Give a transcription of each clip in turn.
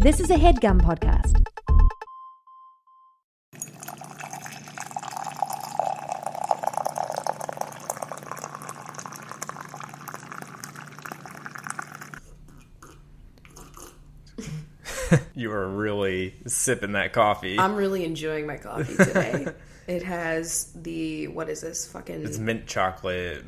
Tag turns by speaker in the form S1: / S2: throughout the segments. S1: This is a headgum podcast.
S2: You were really sipping that coffee.
S3: I'm really enjoying my coffee today. it has the what is this fucking
S2: it's mint chocolate,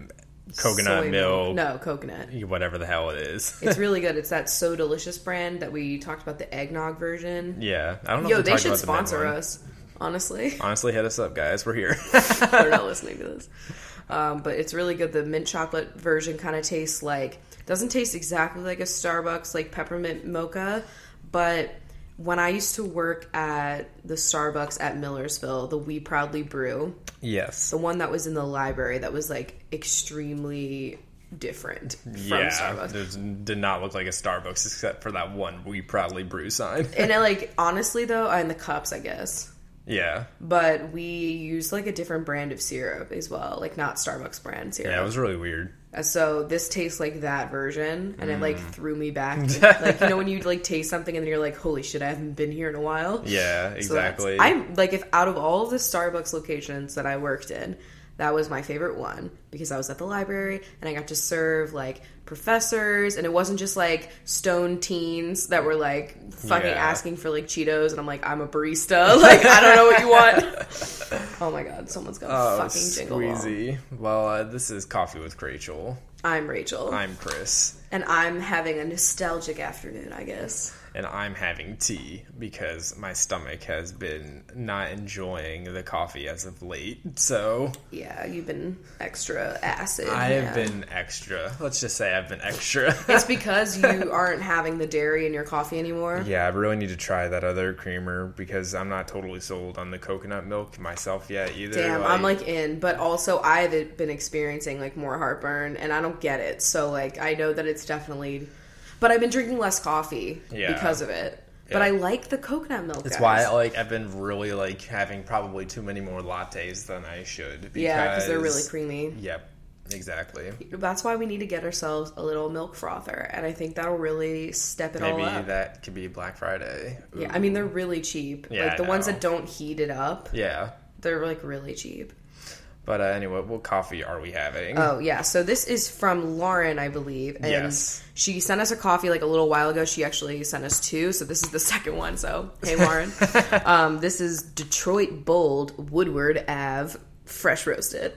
S2: coconut
S3: soy
S2: milk,
S3: No, coconut.
S2: whatever the hell it is.
S3: It's really good. It's that so delicious brand that we talked about the eggnog version.
S2: yeah, I don't know.
S3: Yo,
S2: if we
S3: they
S2: talked
S3: should
S2: about the mint
S3: sponsor
S2: one.
S3: us. Honestly,
S2: Honestly, hit us up, guys. We're here.
S3: they're not listening to this. Um, but it's really good. The mint chocolate version kind of tastes like doesn't taste exactly like a Starbucks like peppermint mocha, but when I used to work at the Starbucks at Millersville, the We Proudly Brew,
S2: yes,
S3: the one that was in the library that was like extremely different from
S2: yeah.
S3: Starbucks.
S2: there's- Did not look like a Starbucks except for that one we proudly brew sign.
S3: And I like honestly though, and the cups, I guess.
S2: yeah,
S3: But we used like a different brand of syrup as well, like not Starbucks brand syrup.
S2: yeah, it was really weird.
S3: Uh, So this tastes like that version, and it
S2: Mm.
S3: like threw me back. like you know when you like taste something and then you're like, "Holy shit, I haven't been here in a while."
S2: Yeah,
S3: So that's-
S2: exactly.
S3: I'm like, if out of all of the Starbucks locations that I worked in, that was my favorite one because I was at the library and I got to serve like professors, and it wasn't just like stone teens that were like fucking
S2: Yeah.
S3: asking for like Cheetos, and I'm like, I'm a barista, like I don't know what you want. oh my god, someone's gonna
S2: Oh,
S3: fucking jingle. bell.
S2: squeezy. Well, uh, this is coffee with Rachel.
S3: I'm Rachel,
S2: I'm Chris,
S3: and I'm having a nostalgic afternoon, I guess.
S2: and I'm having tea because my stomach has been not enjoying the coffee as of late. So
S3: Yeah, you've been extra acid.
S2: I have
S3: yeah.
S2: been extra. Let's just say I've been extra.
S3: It's because you aren't having the dairy in your coffee anymore.
S2: yeah, I really need to try that other creamer because I'm not totally sold on the coconut milk myself yet either.
S3: Damn, I'm like in, but also I've been experiencing like more heartburn and I don't get it. So like I know that it's definitely but I've been drinking less coffee
S2: Yeah.
S3: because of it. But
S2: Yeah.
S3: I like the coconut milk.
S2: That's
S3: guys.
S2: why like I've been really like having probably too many more lattes than I should. Because,
S3: Yeah, because they're really creamy.
S2: Yep, exactly.
S3: That's why we need to get ourselves a little milk frother, and I think that'll really step it
S2: Maybe
S3: all up.
S2: that could be Black Friday.
S3: yeah, I mean they're really cheap.
S2: Yeah,
S3: like the
S2: I
S3: ones
S2: know.
S3: that don't heat it up,
S2: Yeah.
S3: they're like really cheap.
S2: But uh, anyway, what coffee are we having?
S3: Oh yeah, so this is from Lauren, I believe, and
S2: Yes.
S3: she sent us a coffee like a little while ago. She actually sent us two, so this is the second one. So hey, Lauren, um, this is Detroit Bold Woodward Ave fresh roasted.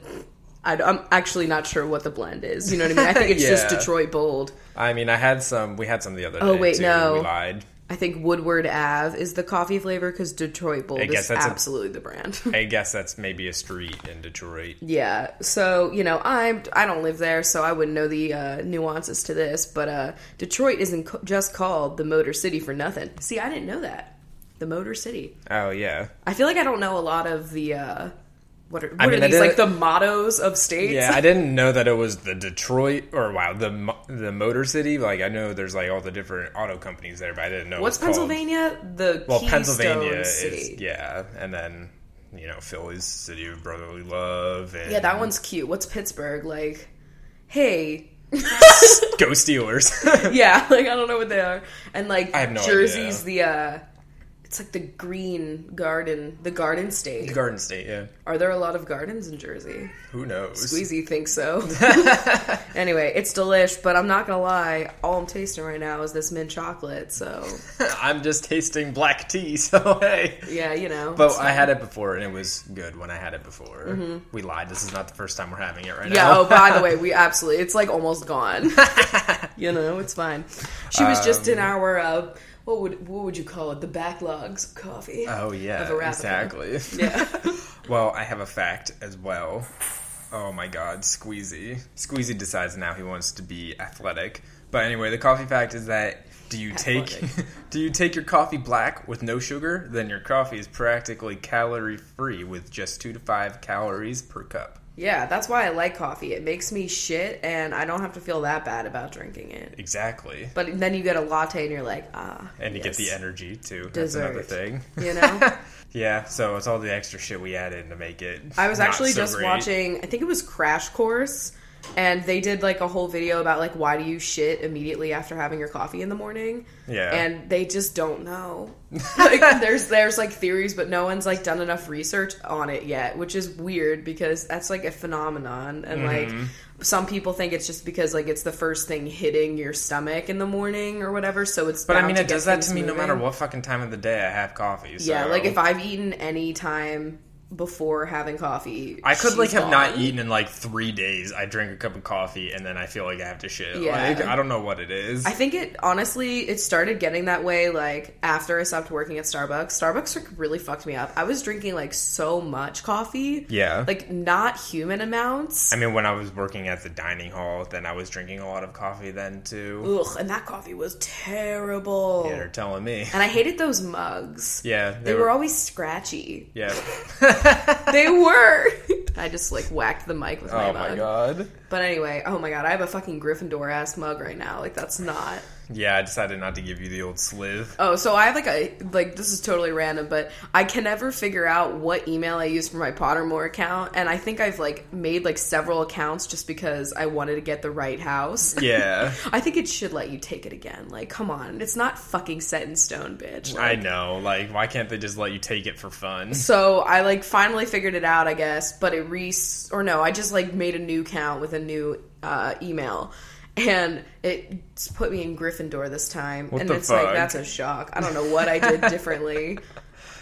S3: I, am actually not sure what the blend is. You know what I mean? I think it's just
S2: Yeah.
S3: Detroit Bold.
S2: I mean, I had some. We had some the other day.
S3: Oh, wait,
S2: too.
S3: no.
S2: we lied.
S3: I think Woodward Ave is the coffee flavor because Detroit Bold
S2: guess
S3: is
S2: that's a-
S3: absolutely the brand.
S2: I guess that's maybe a street in Detroit.
S3: Yeah, so you know, I'm I don't live there, so I wouldn't know the uh, nuances to this. But uh, Detroit isn't co- just called the Motor City for nothing. See, I didn't know that. The Motor City.
S2: Oh yeah,
S3: I feel like I don't know a lot of the uh, what are, what
S2: mean,
S3: are
S2: I
S3: these
S2: did-
S3: like the mottos of states.
S2: yeah. I didn't know that it was the Detroit or wow the mo- the Motor City. Like I know there's like all the different auto companies there, but I didn't know it
S3: What's
S2: was called-
S3: Pennsylvania? The
S2: Well,
S3: Keystone
S2: Pennsylvania
S3: City.
S2: is yeah, and then you know Philly's City of Brotherly Love and
S3: yeah, that one's cute. What's Pittsburgh like? Hey,
S2: Go Steelers.
S3: yeah, like I don't know what they are. And like
S2: I have no
S3: Jersey's the uh it's like the green garden, the garden state.
S2: Garden State. Yeah,
S3: Are there a lot of gardens in Jersey?
S2: who knows?
S3: Squeezy thinks so. anyway, it's delish, but I'm not gonna lie. All I'm tasting right now is this mint chocolate. So
S2: I'm just tasting black tea, so hey.
S3: yeah, you know.
S2: But I had it before, and it was good when I had it before. We lied. This is not the first time we're having it right
S3: Mm-hmm. yeah.
S2: now.
S3: Oh, by the way, we absolutely. It's like almost gone. you know, it's fine. She was just
S2: Um,
S3: in our uh, what would what would you call it? The backlogs coffee.
S2: Oh yeah,
S3: Of Arabica.
S2: exactly.
S3: Yeah.
S2: Well, I have a fact as well. Oh my god, Squeezy. Squeezy decides now he wants to be athletic. But anyway, the coffee fact is that do you take
S3: Athletic.
S2: do you take your coffee black with no sugar? Then your coffee is practically calorie free with just 2 to 5 calories per cup.
S3: yeah, that's why I like coffee. It makes me shit, and I don't have to feel that bad about drinking it.
S2: Exactly.
S3: But then you get a latte, and you're like, ah.
S2: And you
S3: yes.
S2: get the energy too.
S3: Dessert.
S2: That's another thing.
S3: you know
S2: Yeah, so it's all the extra shit we added to make it.
S3: i was
S2: not
S3: actually
S2: so
S3: just
S2: great.
S3: watching i think it was crash course and they did like a whole video about like why do you shit immediately after having your coffee in the morning
S2: Yeah.
S3: and they just don't know like there's there's like theories but no one's like done enough research on it yet which is weird because that's like a phenomenon and like
S2: Mm-hmm.
S3: some people think it's just because like it's the first thing hitting your stomach in the morning or whatever so it's
S2: But I
S3: bound
S2: mean,
S3: to
S2: it
S3: get
S2: does that
S3: things
S2: to me no
S3: moving.
S2: matter what fucking time of the day I have coffee. So.
S3: yeah like if i've eaten any time before having coffee
S2: I could like
S3: she's
S2: have not
S3: gone.
S2: eaten in like three days. I drink a cup of coffee and then I feel like I have to shit.
S3: Yeah.
S2: Like, I don't know what it is.
S3: I think it honestly it started getting that way like after I stopped working at Starbucks. Starbucks like, really fucked me up. I was drinking like so much coffee.
S2: Yeah.
S3: Like not human amounts.
S2: I mean, when I was working at the dining hall, then I was drinking a lot of coffee then too.
S3: Ugh, and that coffee was terrible.
S2: Yeah, They're telling me.
S3: And I hated those mugs.
S2: Yeah, they,
S3: They were always scratchy.
S2: Yeah. Oh
S3: They were. I just like whacked the mic with my
S2: oh
S3: mug.
S2: my god.
S3: But anyway, oh my god, I have a fucking Gryffindor ass mug right now. Like that's not
S2: Yeah, I decided not to give you the old slith.
S3: Oh, so I have like a like this is totally random, but I can never figure out what email I use for my Pottermore account, and I think I've like made like several accounts just because I wanted to get the right house.
S2: Yeah,
S3: I think it should let you take it again. Like, come on, it's not fucking set in stone, bitch.
S2: I
S3: Like,
S2: know. Like, why can't they just let you take it for fun?
S3: so I like finally figured it out, I guess, but it re or no, I just like made a new count with a new uh, email. And it put me in Gryffindor this time, and
S2: the
S3: it's
S2: fuck?
S3: like that's a shock. I don't know what I did differently.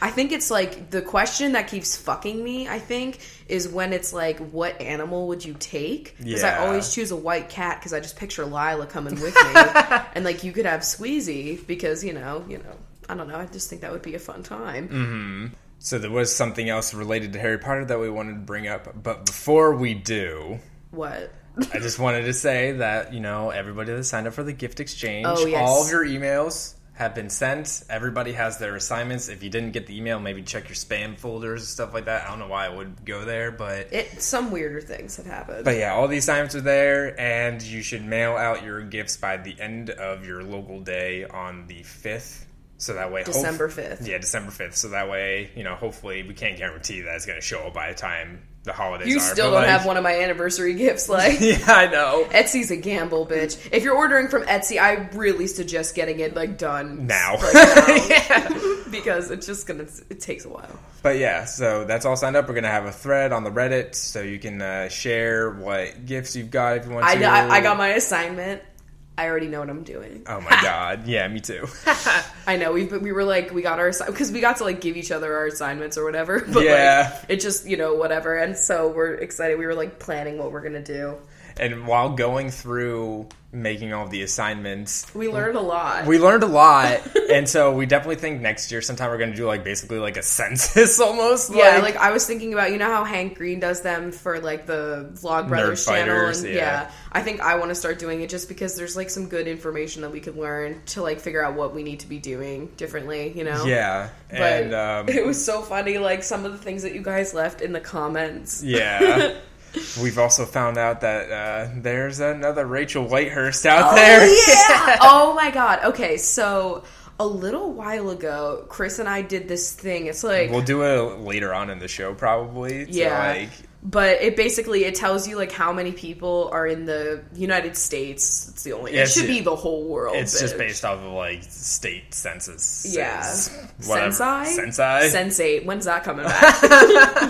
S3: I think it's like the question that keeps fucking me. I think is when it's like, what animal would you take? Because
S2: Yeah.
S3: I always choose a white cat because I just picture Lila coming with me, and like you could have Squeezy because you know, you know, I don't know. I just think that would be a fun time.
S2: Mm. So there was something else related to Harry Potter that we wanted to bring up, but before we do,
S3: What?
S2: I just wanted to say that you know everybody that signed up for the gift exchange,
S3: Oh, yes.
S2: all of your emails have been sent. Everybody has their assignments. If you didn't get the email, maybe check your spam folders and stuff like that. I don't know why I would go there, but
S3: It some weirder things have happened.
S2: but yeah, all the assignments are there, and you should mail out your gifts by the end of your local day on the fifth. So that way, hope-
S3: December 5th.
S2: Yeah, December fifth. So that way, you know, hopefully, we can't guarantee that it's going to show up by the time the holidays.
S3: you
S2: are,
S3: still
S2: but,
S3: don't
S2: like-
S3: have one of my anniversary gifts, like.
S2: Yeah, I know.
S3: Etsy's a gamble, bitch. If you're ordering from Etsy, I really suggest getting it like done
S2: Now.
S3: like, now. because it's just gonna it takes a while.
S2: But yeah, so that's all signed up. We're gonna have a thread on the Reddit, so you can uh, share what gifts you've got if you want
S3: I,
S2: to.
S3: I I got my assignment. I already know what I'm doing.
S2: Oh my god! Yeah, me too.
S3: I know we but we were like we got our because we got to like give each other our assignments or whatever. But
S2: Yeah.
S3: like it just you know whatever. And so we're excited. We were like planning what we're gonna do.
S2: and while going through making all the assignments,
S3: We learned a lot.
S2: we learned a lot, and so we definitely think next year sometime we're gonna do like basically like a census almost.
S3: Yeah, like, I was thinking about you know how Hank Green does them for like the Vlogbrothers channel
S2: Fighters,
S3: and yeah.
S2: yeah.
S3: I think I want to start doing it just because there's like some good information that we could learn to like figure out what we need to be doing differently, you know.
S2: yeah,
S3: But
S2: and um,
S3: it was so funny like some of the things that you guys left in the comments.
S2: yeah. We've also found out that uh, there's another Rachel Whitehurst out there.
S3: Oh, Yeah. oh my god. Okay, so a little while ago, Chris and I did this thing. It's like
S2: We'll do it later on in the show, probably. to,
S3: Yeah.
S2: like,
S3: but it basically it tells you like how many people are in the United States. It's the only.
S2: Yeah,
S3: it should
S2: it's-
S3: be the whole world.
S2: It's just
S3: Oh, bitch.
S2: based off of like state census.
S3: Yeah.
S2: whatever.
S3: Sensei?
S2: Sensei.
S3: Sensate. When's that coming back?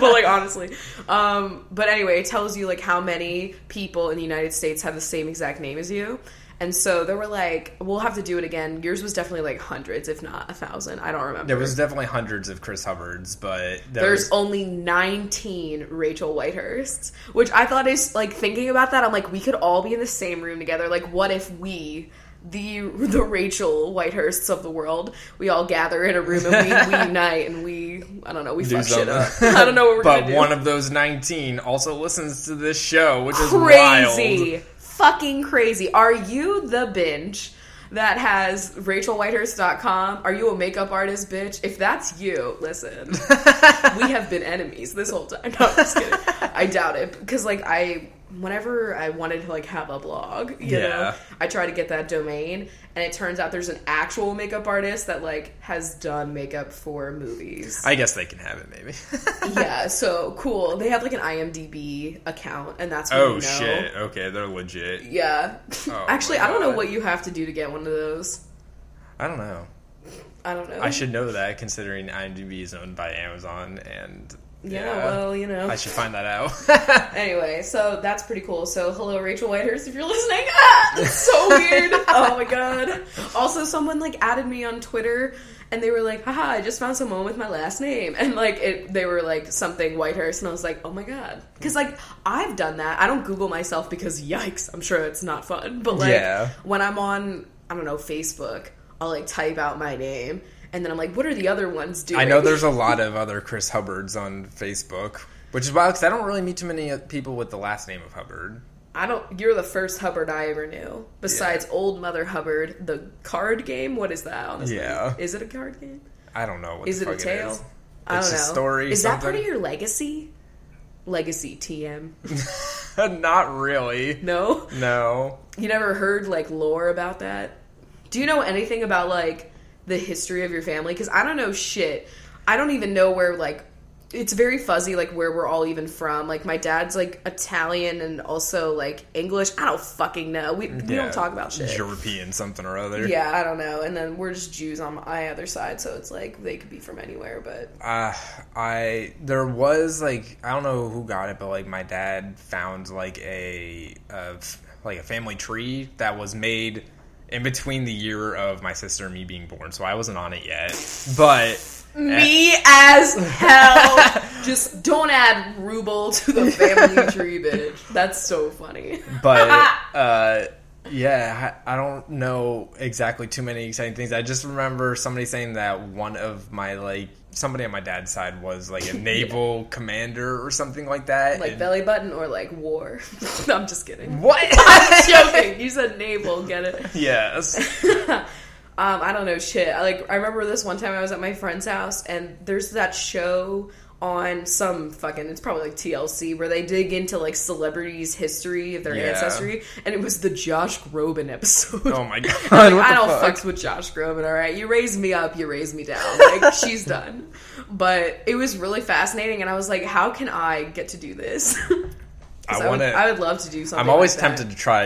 S3: but like honestly, um, but anyway, it tells you like how many people in the United States have the same exact name as you. And so there were like, we'll have to do it again. Yours was definitely like hundreds, if not a thousand. I don't remember.
S2: there was definitely hundreds of Chris Hubbards, but there
S3: There's
S2: was,
S3: only 19 Rachel Whitehursts, which I thought is like thinking about that. I'm like, we could all be in the same room together. Like, what if we, the the Rachel Whitehursts of the world, we all gather in a room and we, we unite and we, I don't know, we fuck shit up.
S2: something.
S3: I don't know what we're
S2: but
S3: gonna do.
S2: one of those 19 also listens to this show, which is
S3: crazy,
S2: wild.
S3: fucking crazy. Are you the binge? That has RachelWhitehurst.com. Are you a makeup artist, bitch? If that's you, listen. we have been enemies this whole time. No, I'm just kidding. I doubt it because like I whenever I wanted to like have a blog, you know,
S2: Yeah.
S3: I tried to get that domain, and it turns out there's an actual makeup artist that like has done makeup for movies.
S2: I guess they can have it, maybe.
S3: yeah, so cool. They have like an IMDb account, and that's when you
S2: oh
S3: know.
S2: shit! Okay, they're legit.
S3: Yeah.
S2: Oh,
S3: Actually,
S2: my
S3: I don't know
S2: God.
S3: what you have to do to get one of those.
S2: I don't know.
S3: I don't know.
S2: I should know that considering IMDb is owned by Amazon, and
S3: Yeah, well, you know.
S2: I should find that out.
S3: Anyway, so that's pretty cool. So, hello, Rachel Whitehurst, if you're listening. Ah, that's so weird. oh my god. Also, someone like added me on Twitter, and they were like, "Haha, I just found someone with my last name," and like it, they were like something Whitehurst, and I was like, "Oh my god," because like I've done that. I don't Google myself because yikes, I'm sure it's not fun. But like
S2: Yeah.
S3: when I'm on, I don't know, Facebook, I'll like type out my name, and then I'm like, "What are the other ones doing?"
S2: I know there's a lot of other Chris Hubbards on Facebook, which is wild because I don't really meet too many uh, people with the last name of Hubbard.
S3: I don't. You're the first Hubbard I ever knew. Besides Old Mother Hubbard, the card game. What is that? Honestly,
S2: Yeah.
S3: is it a card game?
S2: I don't know what
S3: Is
S2: the
S3: it a
S2: fuck
S3: tale?
S2: is.
S3: I don't
S2: It's
S3: know.
S2: a story,
S3: Is that part
S2: something.
S3: of your legacy? Legacy TM.
S2: Not really.
S3: No,
S2: No.
S3: you never heard like lore about that. Do you know anything about like the history of your family? Because I don't know shit. I don't even know where like. It's very fuzzy, like where we're all even from. Like my dad's like Italian and also like English. I don't fucking know. We, we
S2: Yeah,
S3: don't talk about shit.
S2: European something or other.
S3: Yeah, I don't know. And then we're just Jews on my other side, so it's like they could be from anywhere. But
S2: Uh, I there was like I don't know who got it, but like my dad found like a of like a family tree that was made in between the year of my sister and me being born. So I wasn't on it yet, but
S3: me as hell. just don't add ruble to the family tree, bitch. That's so funny.
S2: but uh, yeah, I I don't know exactly too many exciting things. I just remember somebody saying that one of my like somebody on my dad's side was like a naval commander or something like that.
S3: Like
S2: and-
S3: belly button or like war. I'm just kidding.
S2: What?
S3: I'm joking. You said navel. Get it?
S2: yes.
S3: Um, I don't know shit. I, like I remember this one time I was at my friend's house and there's that show on some fucking it's probably like TLC where they dig into like celebrities' history of their
S2: Yeah.
S3: ancestry and it was the Josh Groban episode.
S2: Oh my god.
S3: Like,
S2: what
S3: I
S2: the
S3: don't
S2: fuck?
S3: fucks with Josh Groban, all right? You raise me up, you raise me down. Like, she's done. But it was really fascinating, and I was like, how can I get to do this? 'Cause
S2: I
S3: would-
S2: want
S3: I
S2: to.
S3: would love to do something.
S2: I'm always
S3: like that.
S2: tempted to try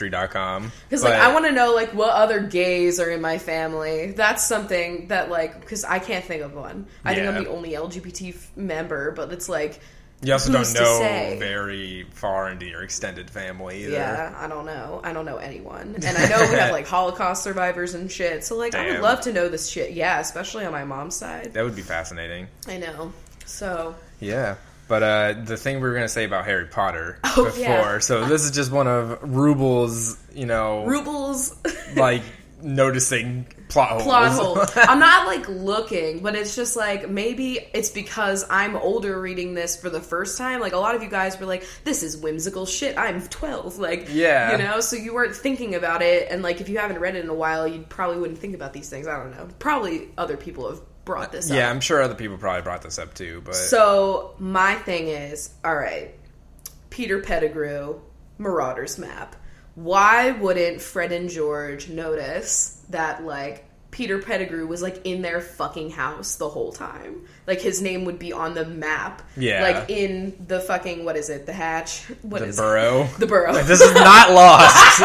S2: ancestry.com
S3: Because like
S2: but
S3: I want to know like what other gays are in my family. That's something that like because I can't think of one. I think
S2: Yeah.
S3: I'm the only LGBT f- member, but it's like
S2: You also
S3: who's
S2: don't
S3: to
S2: know
S3: say?
S2: very far into your extended family either.
S3: yeah, I don't know. I don't know anyone, and I know we have like Holocaust survivors and shit. So like I would
S2: Damn.
S3: love to know this shit. Yeah, especially on my mom's side.
S2: That would be fascinating.
S3: I know. So
S2: Yeah. But uh, the thing we were going to say about Harry Potter
S3: Oh,
S2: before,
S3: yeah.
S2: so this is just one of Rubel's, you know,
S3: rubles.
S2: like noticing plot holes.
S3: plot hole. I'm not like looking, but it's just like maybe it's because I'm older reading this for the first time. Like a lot of you guys were like, "This is whimsical shit." I'm 12, like
S2: Yeah.
S3: you know. So you weren't thinking about it, and like if you haven't read it in a while, you probably wouldn't think about these things. I don't know. Probably other people have brought this up.
S2: yeah, I'm sure other people probably brought this up too, but
S3: So my thing is, all right, Peter Pettigrew, Marauders Map. Why wouldn't Fred and George notice that like Peter Pettigrew was like in their fucking house the whole time? Like his name would be on the map.
S2: Yeah.
S3: Like in the fucking what is it? The hatch? What
S2: the
S3: is it?
S2: burrow.
S3: The burrow.
S2: this is not lost.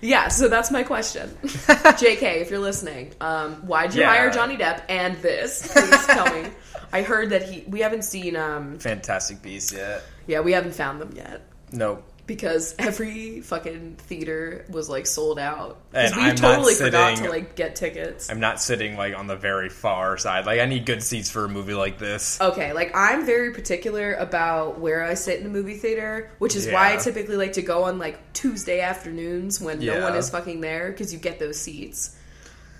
S3: yeah, so that's my question. JK, if you're listening, um, why'd you
S2: Yeah.
S3: hire Johnny Depp and this? Please tell me. I heard that he we haven't seen um
S2: Fantastic piece, yeah.
S3: Yeah, we haven't found them yet
S2: Nope.
S3: because every fucking theater was like sold out. 'Cause
S2: And
S3: we
S2: I'm not
S3: totally forgot
S2: sitting-
S3: to like get tickets.
S2: I'm not sitting like on the very far side. Like I need good seats for a movie like this.
S3: Okay, like I'm very particular about where I sit in a movie theater, which is why I
S2: Yeah.
S3: typically like to go on like Tuesday afternoons when no
S2: Yeah.
S3: one is fucking there because you get those seats.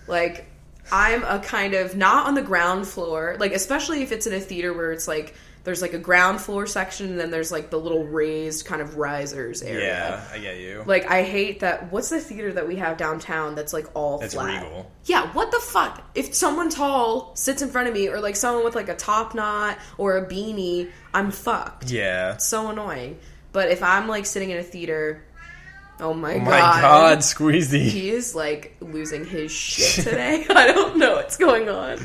S3: Like I'm a kind of not on the ground floor, like especially if it's in a theater where it's like there's like a ground floor section and then there's like the little raised kind of risers area.
S2: Yeah, I get you.
S3: Like I hate that. What's the theater that we have downtown that's like all
S2: That's
S3: flat?
S2: Regal.
S3: Yeah. What the fuck? If someone tall sits in front of me, or like someone with like a top knot or a beanie, I'm fucked.
S2: yeah.
S3: So annoying. But if I'm like sitting in a theater, oh my,
S2: Oh my God, Squeezy.
S3: he is like losing his shit today. I don't know what's going on.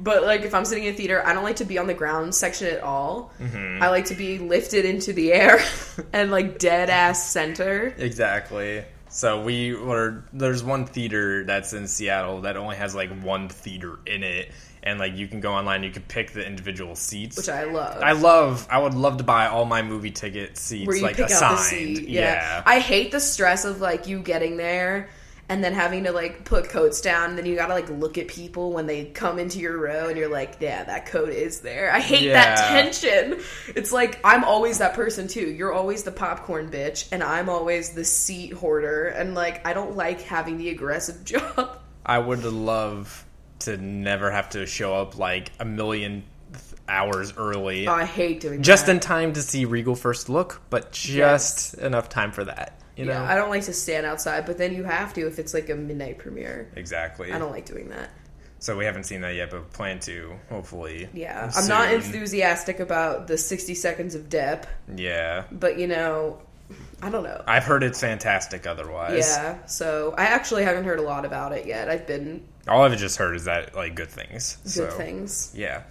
S3: But like if I'm sitting in a theater, I don't like to be on the ground section at all.
S2: Mm-hmm.
S3: I like to be lifted into the air and like dead ass center.
S2: Exactly. So we were there's one theater that's in Seattle that only has like one theater in it, and like you can go online, you can pick the individual seats.
S3: which I love.
S2: I love. I would love to buy all my movie ticket seats
S3: where you
S2: like
S3: pick out the
S2: assigned.
S3: seat.
S2: yeah.
S3: Yeah. I hate the stress of like you getting there and then having to like put coats down. And then you gotta like look at people when they come into your row, and you're like, yeah, that coat is there. I hate that
S2: Yeah.
S3: tension. It's like I'm always that person too. You're always the popcorn bitch, and I'm always the seat hoarder. And like I don't like having the aggressive job.
S2: I would love to never have to show up like a million th- hours early,
S3: I hate doing
S2: just
S3: that.
S2: in time to see Regal first look, but just enough time for that. You know.
S3: yeah, I don't like to stand outside, but then you have to if it's like a midnight premiere.
S2: Exactly.
S3: I don't like doing that.
S2: So we haven't seen that yet, but plan to hopefully.
S3: Yeah, I'm not
S2: soon.
S3: enthusiastic about the 60 seconds of Depp,
S2: Yeah,
S3: but you know, I don't know.
S2: I've heard it's fantastic. Otherwise,
S3: yeah, so I actually haven't heard a lot about it yet. I've been
S2: all I've just heard is that like good things.
S3: good
S2: so,
S3: things.
S2: Yeah.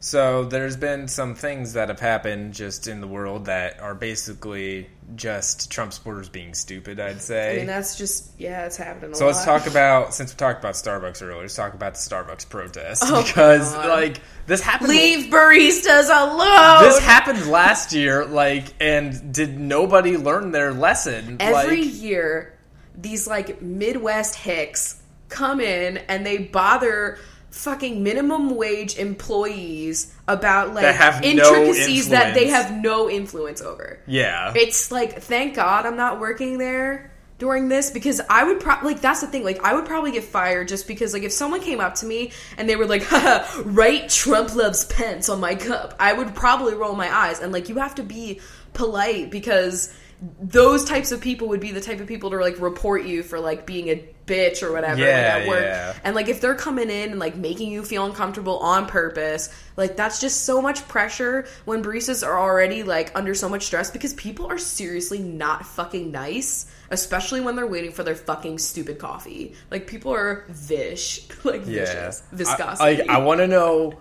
S2: So there's been some things that have happened just in the world that are basically just Trump supporters being stupid. I'd say.
S3: I mean, that's just yeah, it's happening a
S2: So
S3: lot.
S2: let's talk about since we talked about Starbucks earlier, let's talk about the Starbucks protest
S3: my
S2: because
S3: God.
S2: like this happened
S3: Oh, Leave baristas alone.
S2: this happened last year like and did nobody learn their lesson?
S3: Every
S2: like
S3: year, these like Midwest hicks come in and they bother fucking minimum wage employees about like
S2: That have no
S3: intricacies that they
S2: influence.
S3: have no influence over.
S2: yeah.
S3: it's like thank god i'm not working there during this because i would probably like that's the thing like i would probably get fired just because like if someone came up to me and they were like Haha, write trump loves pence on my cup i would probably roll my eyes and like you have to be polite because those types of people would be the type of people to like report you for like being a bitch or whatever like,
S2: Yeah,
S3: at work
S2: yeah.
S3: and like if they're coming in and like making you feel uncomfortable on purpose, like that's just so much pressure when baristas are already like under so much stress because people are seriously not fucking nice, especially when they're waiting for their fucking stupid coffee. Like people are vish, like
S2: yeah.
S3: vicious, viscosity.
S2: I, I, I want to know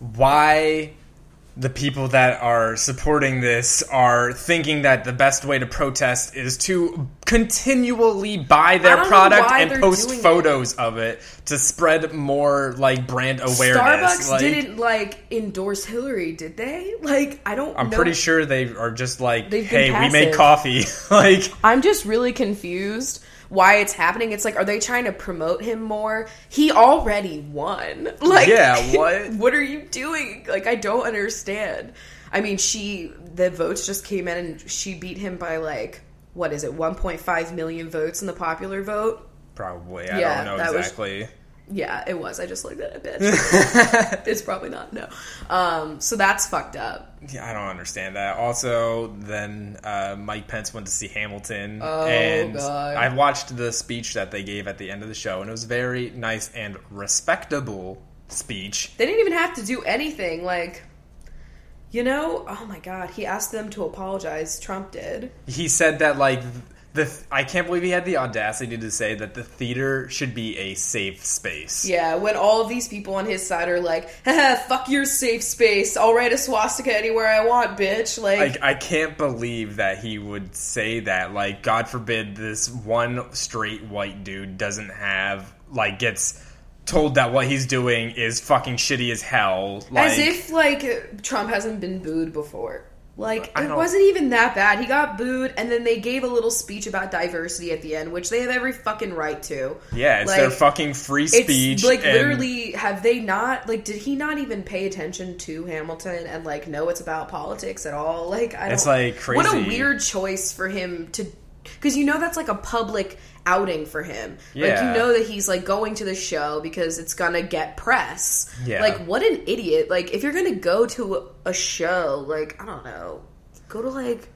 S2: why the people that are supporting this are thinking that the best way to protest is to continually buy
S3: I
S2: their
S3: don't know
S2: product
S3: why
S2: and
S3: they're
S2: post
S3: doing it.
S2: photos of it to spread more like brand awareness.
S3: Starbucks
S2: Like,
S3: didn't like endorse Hillary, did they? Like I don't.
S2: I'm
S3: know.
S2: pretty sure they are just like,
S3: They've
S2: hey,
S3: been
S2: we make
S3: passive.
S2: coffee. like,
S3: I'm just really confused why it's happening. It's like, are they trying to promote him more? He already won. Like,
S2: Yeah, what?
S3: what are you doing? Like, I don't understand. I mean, she the votes just came in, and she beat him by like what is it, 1.5 million votes in the popular vote?
S2: probably. I
S3: Yeah,
S2: don't
S3: that
S2: know
S3: was-
S2: exactly.
S3: Yeah, it was. I just looked at it, bitch. it's probably not. No. Um. So that's fucked up.
S2: Yeah, I don't understand that. Also, then uh, Mike Pence went to see Hamilton, and
S3: God.
S2: I watched the speech that they gave at the end of the show, and it was a very nice and respectable speech.
S3: They didn't even have to do anything. Like, you know, oh my God, he asked them to apologize. Trump did.
S2: He said that like the I can't believe he had the audacity to say that the theater should be a safe space.
S3: Yeah, when all of these people on his side are like, Haha, fuck your safe space. I'll write a swastika anywhere I want, bitch. Like,
S2: Like I can't believe that he would say that. Like God forbid this one straight white dude doesn't have like gets told that what he's doing is fucking shitty as hell. Like
S3: as if, like, Trump hasn't been booed before. Like,
S2: I
S3: it
S2: don't-
S3: wasn't even that bad. He got booed, and then they gave a little speech about diversity at the end, which they have every fucking right to.
S2: yeah, it's their
S3: like,
S2: fucking free
S3: It's
S2: speech.
S3: like
S2: and-
S3: literally, have they not? Like, did he not even pay attention to Hamilton and like know it's about politics at all? Like, I don't.
S2: It's, like,
S3: What a
S2: crazy.
S3: weird choice for him to because you know that's like a public outing for him. Like
S2: Yeah.
S3: you know that he's like going to the show because it's gonna get press.
S2: Yeah.
S3: Like what an idiot! Like if you're gonna go to a show, like I don't know, go to like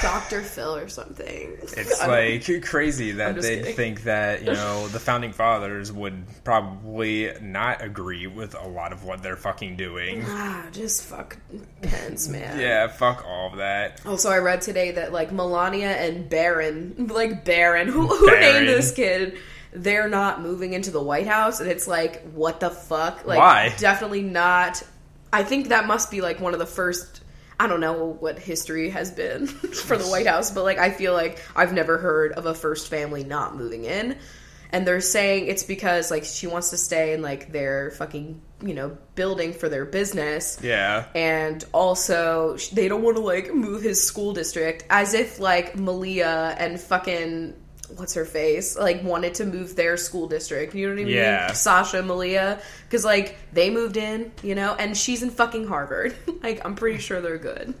S3: Doctor Phil or something.
S2: It's
S3: I don't-
S2: like crazy that
S3: just
S2: they
S3: kidding.
S2: think that, you know, the founding fathers would probably not agree with a lot of what they're fucking doing.
S3: ah, just fuck Pence, man.
S2: Yeah, fuck all of that.
S3: Also, Oh, I read today that like Melania and Barron, like Barron, who, who
S2: Barron.
S3: named this kid? They're not moving into the White House, and it's like, what the fuck? Like,
S2: Why?
S3: Definitely not. I think that must be like one of the first. I don't know what history has been for the White House, but like, I feel like I've never heard of a first family not moving in. And they're saying it's because like she wants to stay in like their fucking you know building for their business,
S2: Yeah.
S3: and also sh- they don't want to like move his school district as if like Malia and fucking what's her face like wanted to move their school district you know what i mean
S2: Yeah.
S3: sasha and malia because like they moved in you know and she's in fucking harvard like i'm pretty sure they're good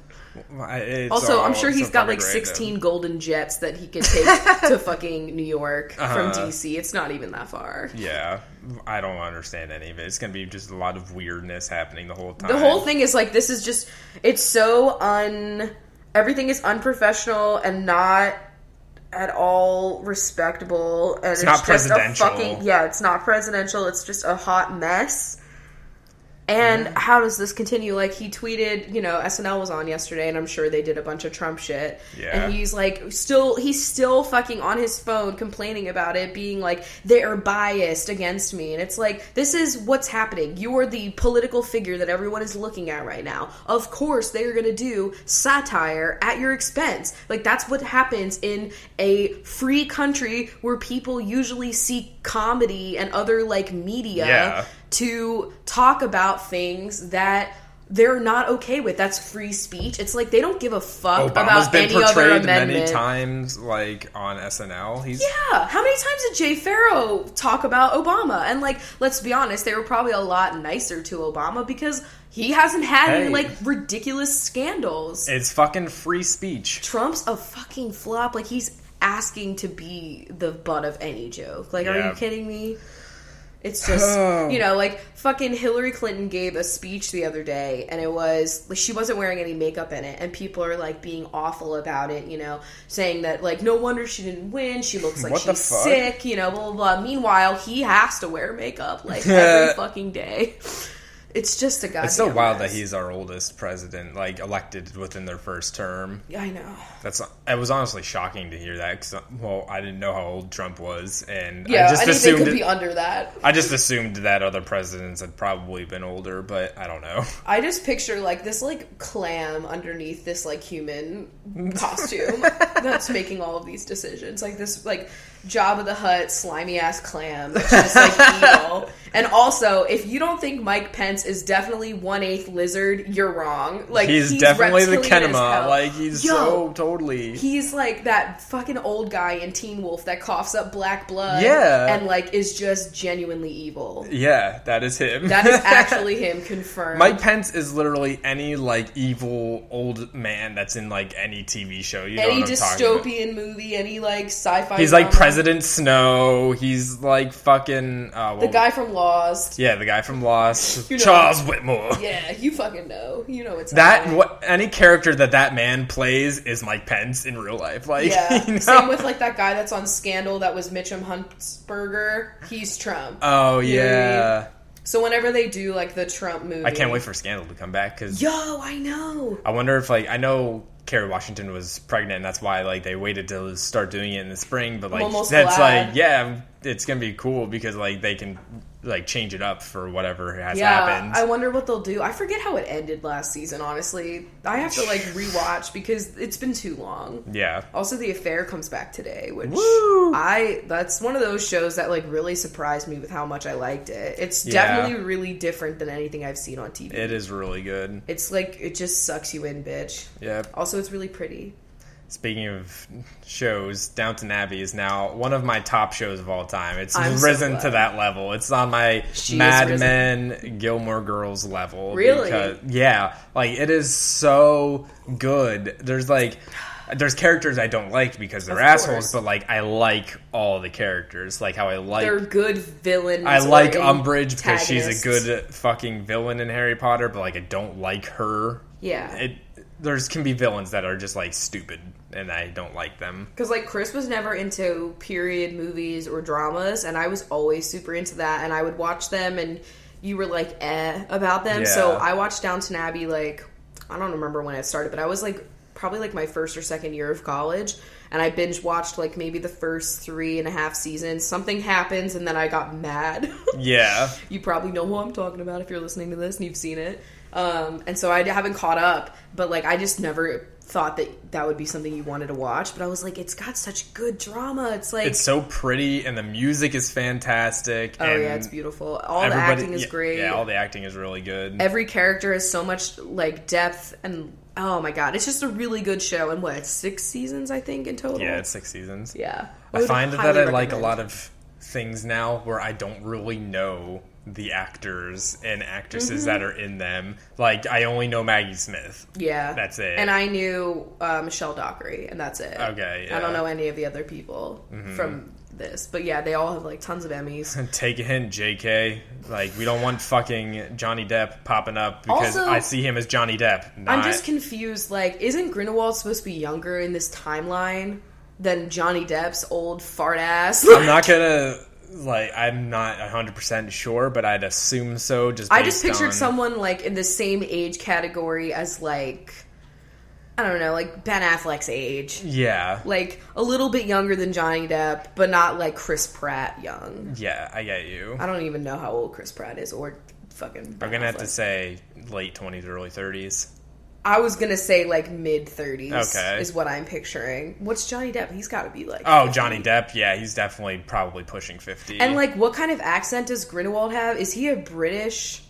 S2: It's
S3: also
S2: all
S3: i'm sure
S2: so
S3: he's got
S2: fucking
S3: like
S2: random.
S3: 16 golden jets that he could take to fucking new york from
S2: Uh-huh.
S3: dc it's not even that far
S2: Yeah, I don't understand any of it. It's gonna be just a lot of weirdness happening the whole time.
S3: The whole thing is like this is just it's so un everything is unprofessional and not at all respectable and it's,
S2: not
S3: just
S2: presidential.
S3: a fucking yeah, it's not presidential, it's just a hot mess. And how does this continue? Like he tweeted, you know, SNL was on yesterday, and I'm sure they did a bunch of Trump shit.
S2: Yeah.
S3: And he's like, still, he's still fucking on his phone complaining about it, being like, they are biased against me, and it's like, this is what's happening. You are the political figure that everyone is looking at right now. Of course, they are going to do satire at your expense. Like that's what happens in a free country where people usually seek comedy and other like media
S2: Yeah.
S3: to talk about things that they're not okay with. That's free speech. It's like they don't give a fuck
S2: Obama's
S3: about
S2: been
S3: any other
S2: portrayed
S3: amendment.
S2: many times, like on SNL. He's
S3: Yeah. How many times did Jay Farrow talk about Obama? And like, let's be honest, they were probably a lot nicer to Obama because he hasn't had
S2: Hey.
S3: any like ridiculous scandals.
S2: it's fucking free speech.
S3: Trump's a fucking flop. Like he's asking to be the butt of any joke. Like, are
S2: Yeah.
S3: you kidding me? It's just you know, like fucking Hillary Clinton gave a speech the other day, and it was like, she wasn't wearing any makeup in it, and people are like being awful about it. You know, saying that like no wonder she didn't win. She looks like
S2: What the
S3: she's
S2: fuck?
S3: sick. You know, blah blah blah. Meanwhile, he has to wear makeup like every fucking day. It's just a goddamn.
S2: It's so wild
S3: mess.
S2: that he's our oldest president, like elected within their first term.
S3: I know.
S2: That's it was honestly shocking to hear that. 'cause, well, I didn't know how old Trump was, and I
S3: Yeah, I,
S2: just
S3: think they
S2: assumed
S3: could be under that.
S2: I just assumed that other presidents had probably been older, but I don't know.
S3: I just picture like this like clam underneath this like human costume that's making all of these decisions. Like this like Job of the Hut slimy ass clam that's just like evil. And also, if you don't think Mike Pence is definitely one eighth lizard, you're wrong. Like
S2: He's, definitely the
S3: reptilian as
S2: Kenema.
S3: hell.
S2: Like he's
S3: Yo,
S2: so totally.
S3: He's like that fucking old guy in Teen Wolf that coughs up black blood
S2: Yeah.
S3: and like is just genuinely evil.
S2: yeah, that is him.
S3: That is actually him confirmed.
S2: Mike Pence is literally any like evil old man that's in like any TV show. You know
S3: any
S2: what I'm talking about.
S3: dystopian movie, any like sci-fi.
S2: He's like
S3: drama.
S2: President Snow. He's like fucking uh, well,
S3: The guy from Lost.
S2: Yeah, the guy from Lost.
S3: You know-
S2: Charles Whitmore.
S3: Yeah, you fucking know. You know it's
S2: That
S3: happening.
S2: what any character that that man plays is Mike Pence in real life. Like
S3: Yeah.
S2: you know?
S3: Same with like that guy that's on Scandal that was Mitchum Huntsberger. He's Trump.
S2: Oh yeah.
S3: You know what I mean? so whenever they do like the Trump movie,
S2: I can't wait for Scandal to come back because
S3: Yo, I know.
S2: I wonder if like I know Kerry Washington was pregnant, and that's why like they waited to start doing it in the spring. But like
S3: almost
S2: that's
S3: glad.
S2: like yeah, it's gonna be cool because like they can like change it up for whatever has
S3: Yeah,
S2: happened.
S3: I wonder what they'll do. I forget how it ended last season. Honestly, I have to like rewatch because it's been too long.
S2: yeah,
S3: Also, The Affair comes back today, which
S2: Woo!
S3: I that's one of those shows that like really surprised me with how much I liked it. It's
S2: Yeah.
S3: definitely really different than anything I've seen on TV.
S2: it is really good.
S3: it's like it just sucks you in, bitch.
S2: Yeah.
S3: Also, it's really pretty.
S2: Speaking of shows, Downton Abbey is now one of my top shows of all time. It's
S3: I'm so
S2: risen to
S3: glad.
S2: that level. It's on my
S3: She is
S2: Mad
S3: risen.
S2: Men, Gilmore Girls level.
S3: Really?
S2: because- yeah. Like it is so good. There's like there's characters I don't like because they're
S3: Of
S2: assholes,
S3: course.
S2: but like I like all the characters. Like how I like
S3: They're good villains.
S2: I
S3: or
S2: like Umbridge because she's a
S3: antagonists.
S2: good fucking villain in Harry Potter, but like I don't like her.
S3: Yeah.
S2: It there's can be villains that are just like stupid and I don't like them.
S3: Because, like, Chris was never into period movies or dramas, and I was always super into that, and I would watch them, and you were like, eh, about them. So
S2: Yeah.
S3: I watched Downton Abbey, like, I don't remember when it started, but I was like, probably like my first or second year of college, and I binge watched like maybe the first three and a half seasons. Something happens, and then I got mad.
S2: Yeah.
S3: you probably know who I'm talking about if you're listening to this and you've seen it. Um, and so I haven't caught up, but like I just never thought that that would be something you wanted to watch. But I was like, it's got such good drama. It's like,
S2: It's so pretty and the music is fantastic.
S3: oh
S2: and
S3: yeah, it's beautiful. All the
S2: everybody-
S3: acting is
S2: yeah,
S3: great.
S2: Yeah, all the acting is really good.
S3: Every character has so much like depth and oh my god, it's just a really good show. And what six seasons I think in total.
S2: yeah, it's six seasons.
S3: yeah.
S2: I find that I like a lot of things now where I don't really know the actors and actresses
S3: Mm-hmm.
S2: that are in them. Like I only know Maggie Smith.
S3: Yeah,
S2: That's it.
S3: And I knew uh, Michelle Dockery, and that's it.
S2: Okay, yeah. Mm-hmm.
S3: I don't know any of the other people from this, but yeah, they all have like tons of Emmys.
S2: Take a hint, JK. Like we don't want fucking Johnny Depp popping up because
S3: Also-
S2: I see him as Johnny Depp. Not,
S3: I'm just confused. Like, isn't Grindelwald supposed to be younger in this timeline than Johnny Depp's old fart ass?
S2: I'm not gonna like I'm not 100 percent sure, but I'd assume so. Just
S3: I just
S2: based
S3: pictured
S2: on-
S3: someone like in the same age category as like I don't know, like Ben Affleck's age.
S2: Yeah,
S3: Like a little bit younger than Johnny Depp, but not like Chris Pratt young.
S2: yeah, I get you.
S3: I don't even know how old Chris Pratt is or fucking. Ben
S2: I'm gonna have
S3: Affleck.
S2: to say late 20s, early 30s.
S3: I was gonna say like mid thirties.
S2: Okay.
S3: is what I'm picturing. What's Johnny Depp? He's got to be like.
S2: Oh, Johnny Depp. Yeah, he's definitely probably pushing 50.
S3: And like, what kind of accent does Grindelwald have? Is he a British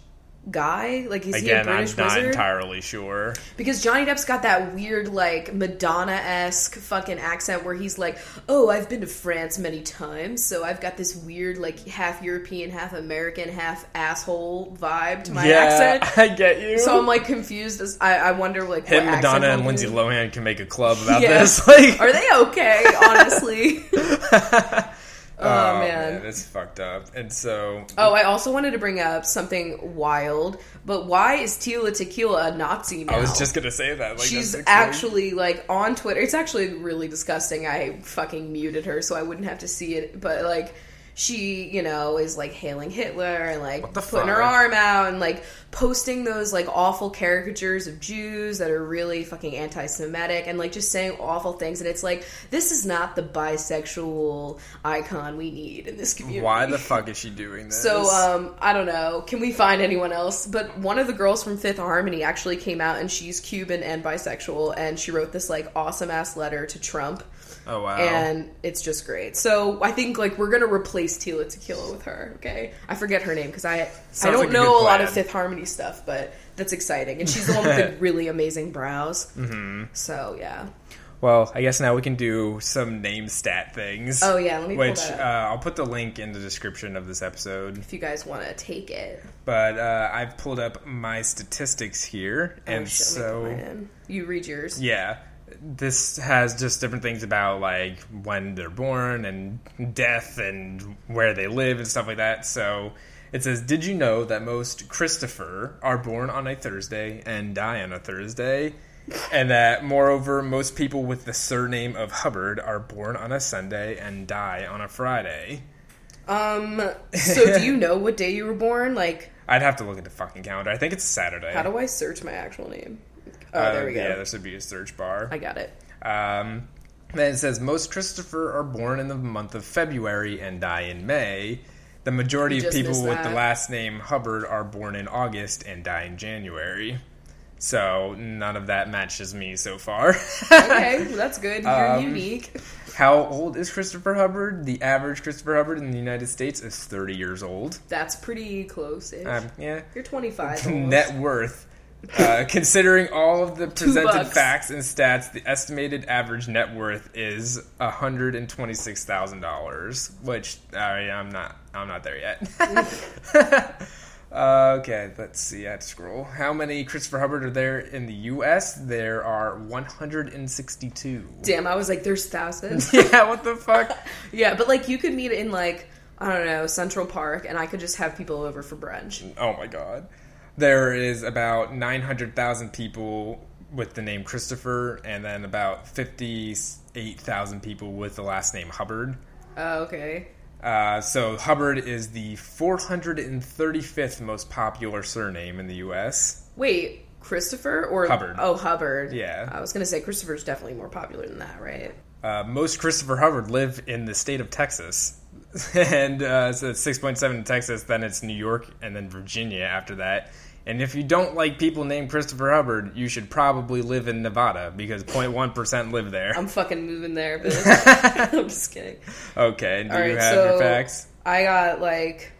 S3: guy? Like, is he a
S2: again, I'm
S3: British
S2: not
S3: wizard?
S2: entirely sure.
S3: because Johnny Depp's got that weird like Madonna esque fucking accent where he's like, "Oh, I've been to France many times, so I've got this weird like half European, half American, half asshole vibe to my
S2: yeah,
S3: accent."
S2: I get you.
S3: So I'm like confused. As I, I wonder like
S2: Him,
S3: what accent
S2: Madonna, and
S3: he'll
S2: Lindsay
S3: do.
S2: Lohan can make a club about
S3: Yeah.
S2: this. Like,
S3: Are they okay? Honestly. oh,
S2: Oh,
S3: man.
S2: that's fucked up. And so,
S3: Oh, I also wanted to bring up something wild. But why is Tila Tequila a Nazi now?
S2: I was just gonna say that. Like,
S3: She's
S2: that's like-
S3: actually like on Twitter. It's actually really disgusting. I fucking muted her so I wouldn't have to see it. But like, she, you know, is like hailing Hitler and like
S2: the
S3: putting her
S2: fuck?
S3: arm out and like posting those like awful caricatures of Jews that are really fucking anti Semitic and like just saying awful things. And it's like, this is not the bisexual icon we need in this community.
S2: why the fuck is she doing this?
S3: So um, I don't know. Can we find anyone else? But one of the girls from Fifth Harmony actually came out, and she's Cuban and bisexual, and she wrote this like awesome ass letter to Trump,
S2: oh wow.
S3: and it's just great. So I think like we're gonna replace Tila Tequila with her. Okay, I forget her name because I I
S2: Sounds
S3: don't
S2: like a
S3: know
S2: good
S3: a lot
S2: plan.
S3: of Fifth Harmony stuff, but that's exciting. And she's the one with the really amazing brows. Mm-hmm. So yeah,
S2: well, I guess now we can do some name stat things.
S3: Oh, yeah, let me pull
S2: Which
S3: that
S2: Uh, I'll put the link in the description of this episode.
S3: if you guys want to take it,
S2: But uh, I've pulled up my statistics here,
S3: Oh,
S2: and
S3: shit, let me
S2: so
S3: put mine in. you read yours.
S2: Yeah. This has just different things about like when they're born and death and where they live and stuff like that. So it says, Did you know that most Christopher are born on a Thursday and die on a Thursday? And that, moreover, most people with the surname of Hubbard are born on a Sunday and die on a Friday.
S3: Um. So, do you know what day you were born? Like,
S2: I'd have to look at the fucking calendar. I think it's Saturday.
S3: how do I search my actual name? Oh,
S2: Uh,
S3: there we go.
S2: Yeah, there should be a search bar.
S3: I got it.
S2: Um, then it says most Christopher are born in the month of February and die in May. The majority of
S3: Just
S2: people
S3: missed
S2: with the
S3: that.
S2: last name Hubbard are born in August and die in January. So none of that matches me so far.
S3: Okay, well, that's good. You're
S2: Um,
S3: unique.
S2: How old is Christopher Hubbard? The average Christopher Hubbard in the United States is 30 years old.
S3: That's pretty close.
S2: Um, yeah.
S3: You're 25. almost.
S2: net worth. Uh, considering all of the presented
S3: bucks.
S2: facts and stats, the estimated average net worth is hundred and twenty-six thousand dollars. Which I I'm not I'm not there yet. Uh, okay, let's see. I have to scroll. How many Christopher Hubbard are there in the U.S.? There are 162.
S3: Damn, I was like, there's thousands.
S2: yeah, what the fuck?
S3: yeah, but like you could meet in like I don't know Central Park, and I could just have people over for brunch.
S2: Oh my god. There is about 900,000 people with the name Christopher, and then about 58,000 people with the last name Hubbard.
S3: Oh, okay.
S2: Uh, so Hubbard is the 435th most popular surname in the U.S.
S3: Wait, Christopher or
S2: Hubbard.
S3: Oh, Hubbard.
S2: Yeah.
S3: I was gonna say Christopher's definitely more popular than that, right?
S2: Uh, most Christopher Hubbard live in the state of Texas. and uh, so it's 6.7 in Texas, then it's New York, and then Virginia after that. And if you don't like people named Christopher Hubbard, you should probably live in Nevada because 0.1% live there.
S3: I'm fucking moving there, bitch. I'm just kidding.
S2: Okay, do
S3: All right,
S2: you have
S3: so
S2: your facts?
S3: I got like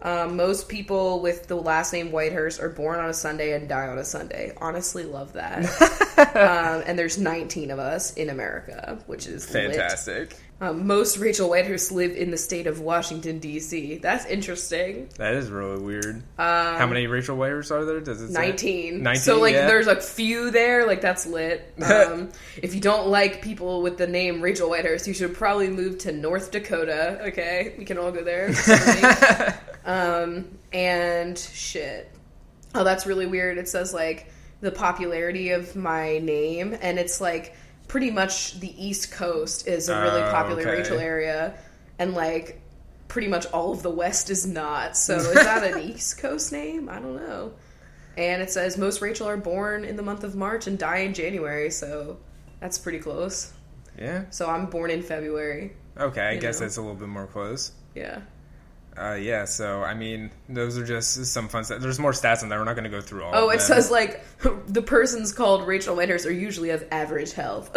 S3: um, most people with the last name Whitehurst are born on a Sunday and die on a Sunday. Honestly, love that. um, and there's 19 of us in America, which is lit.
S2: Fantastic.
S3: Um, most Rachel Whitehurst live in the state of Washington D.C. That's interesting.
S2: That is really weird. How many Rachel Wayers are there? Does it say?
S3: 19.
S2: 19,
S3: Um, So like
S2: yeah.
S3: there's a few there, like that's lit. Um, if you don't like people with the name Rachel Whitehurst, you should probably move to North Dakota, okay? We can all go there. um and shit. Oh, that's really weird. It says like the popularity of my name and it's like pretty much the East Coast is a really
S2: Oh,
S3: popular
S2: okay.
S3: Rachel area and like pretty much all of the West is not. So is that an East Coast name? I don't know. And it says most Rachel are born in the month of March and die in January, so that's pretty close.
S2: Yeah.
S3: So I'm born in February.
S2: Okay, I
S3: You
S2: guess
S3: know.
S2: that's a little bit more close.
S3: Yeah.
S2: Uh, yeah, so I mean, those are just some fun stats. There's more stats in there. We're not going to go through all.
S3: Oh,
S2: of
S3: it
S2: them.
S3: says like the persons called Rachel Winters are usually of average health.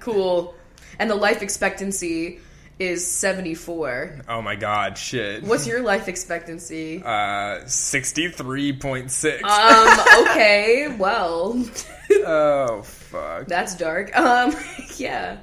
S3: cool. And the life expectancy is 74.
S2: Oh my god, shit.
S3: What's your life expectancy?
S2: Uh, sixty-three point six.
S3: Um okay, well,
S2: Oh fuck.
S3: that's dark. Um yeah.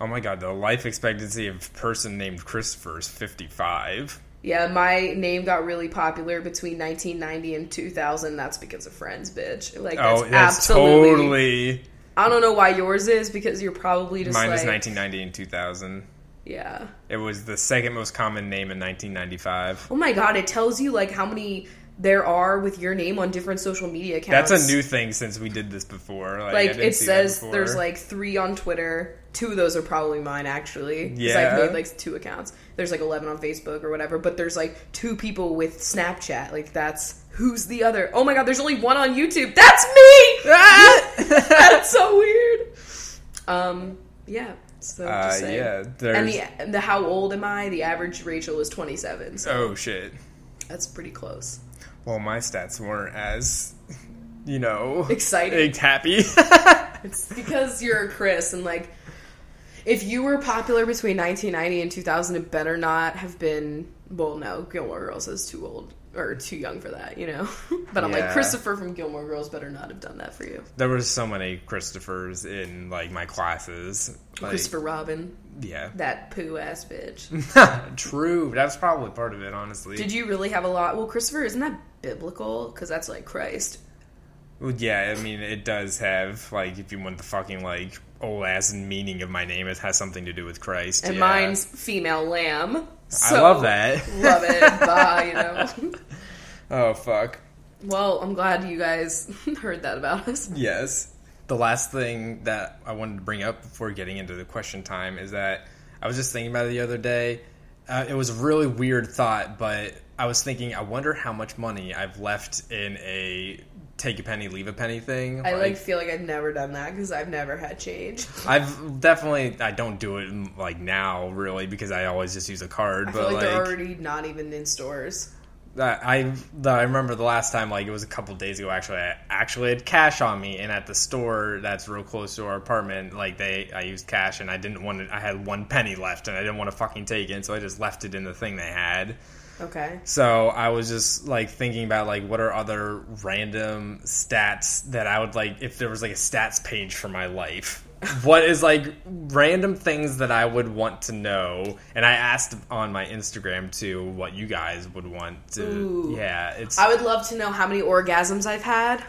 S2: Oh my god, the life expectancy of a person named Christopher is fifty-five.
S3: Yeah, my name got really popular between 1990 and 2000. That's because of Friends, bitch. Like that's,
S2: oh, that's
S3: absolutely.
S2: totally
S3: I don't know why yours is because you're probably just
S2: mine
S3: like
S2: was nineteen ninety and two thousand.
S3: Yeah.
S2: It was the second most common name in nineteen ninety-five.
S3: Oh my god, it tells you like how many there are with your name on different social media accounts.
S2: That's a new thing since we did this before. Like, I
S3: like
S2: didn't
S3: it
S2: see that
S3: says
S2: before.
S3: there's like three on Twitter. Two of those are probably mine actually. 'cause
S2: Yeah.
S3: I've made like two accounts. There's like eleven on Facebook or whatever, but there's like two people with Snapchat. Like that's who's the other? Oh my god, there's only one on YouTube. That's me!
S2: Ah!
S3: that's so weird. Um yeah. So
S2: Uh,
S3: just saying.
S2: yeah,
S3: And
S2: there's.
S3: the, the how old am I? The average Rachel is 27, so
S2: oh shit.
S3: that's pretty close.
S2: Well, my stats weren't as, you know,
S3: Exciting.
S2: like, happy.
S3: It's because you're Chris, and like, if you were popular between 1990 and 2000, it better not have been. Well, no, Gilmore Girls is too old or too young for that, you know. but I'm like
S2: Yeah.
S3: Christopher from Gilmore Girls better not have done that for you.
S2: there were so many Christophers in like my classes. Like,
S3: Christopher Robin,
S2: Yeah.
S3: that poo ass bitch.
S2: True. That's probably part of it, honestly.
S3: Did you really have a lot? Well, Christopher, isn't that biblical? Because that's like Christ.
S2: Well, yeah, I mean, it does have like if you want the fucking like old ass meaning of my name, it has something to do with Christ.
S3: And
S2: yeah.
S3: mine's female lamb. So
S2: I love that.
S3: Love it. Bye, you know.
S2: Oh fuck.
S3: Well, I'm glad you guys heard that about us.
S2: Yes. The last thing that I wanted to bring up before getting into the question time is that I was just thinking about it the other day. Uh, it was a really weird thought, but I was thinking, I wonder how much money I've left in a take a penny, leave a penny thing.
S3: I like feel like I've never done that because I've never had change.
S2: I've definitely, I don't do it like now really because I always just use a card.
S3: I feel
S2: but
S3: like,
S2: like,
S3: they're already not even in stores.
S2: I I I remember the last time like it was a couple days ago actually I actually had cash on me and at the store that's real close to our apartment like they I used cash and I didn't want to I had one penny left and I didn't want to fucking take it so I just left it in the thing they had
S3: Okay.
S2: so I was just like thinking about like what are other random stats that I would like if there was like a stats page for my life what is like random things that I would want to know, and I asked on my Instagram too what you guys would want to.
S3: Ooh.
S2: Yeah, it's
S3: I would love to know how many orgasms I've had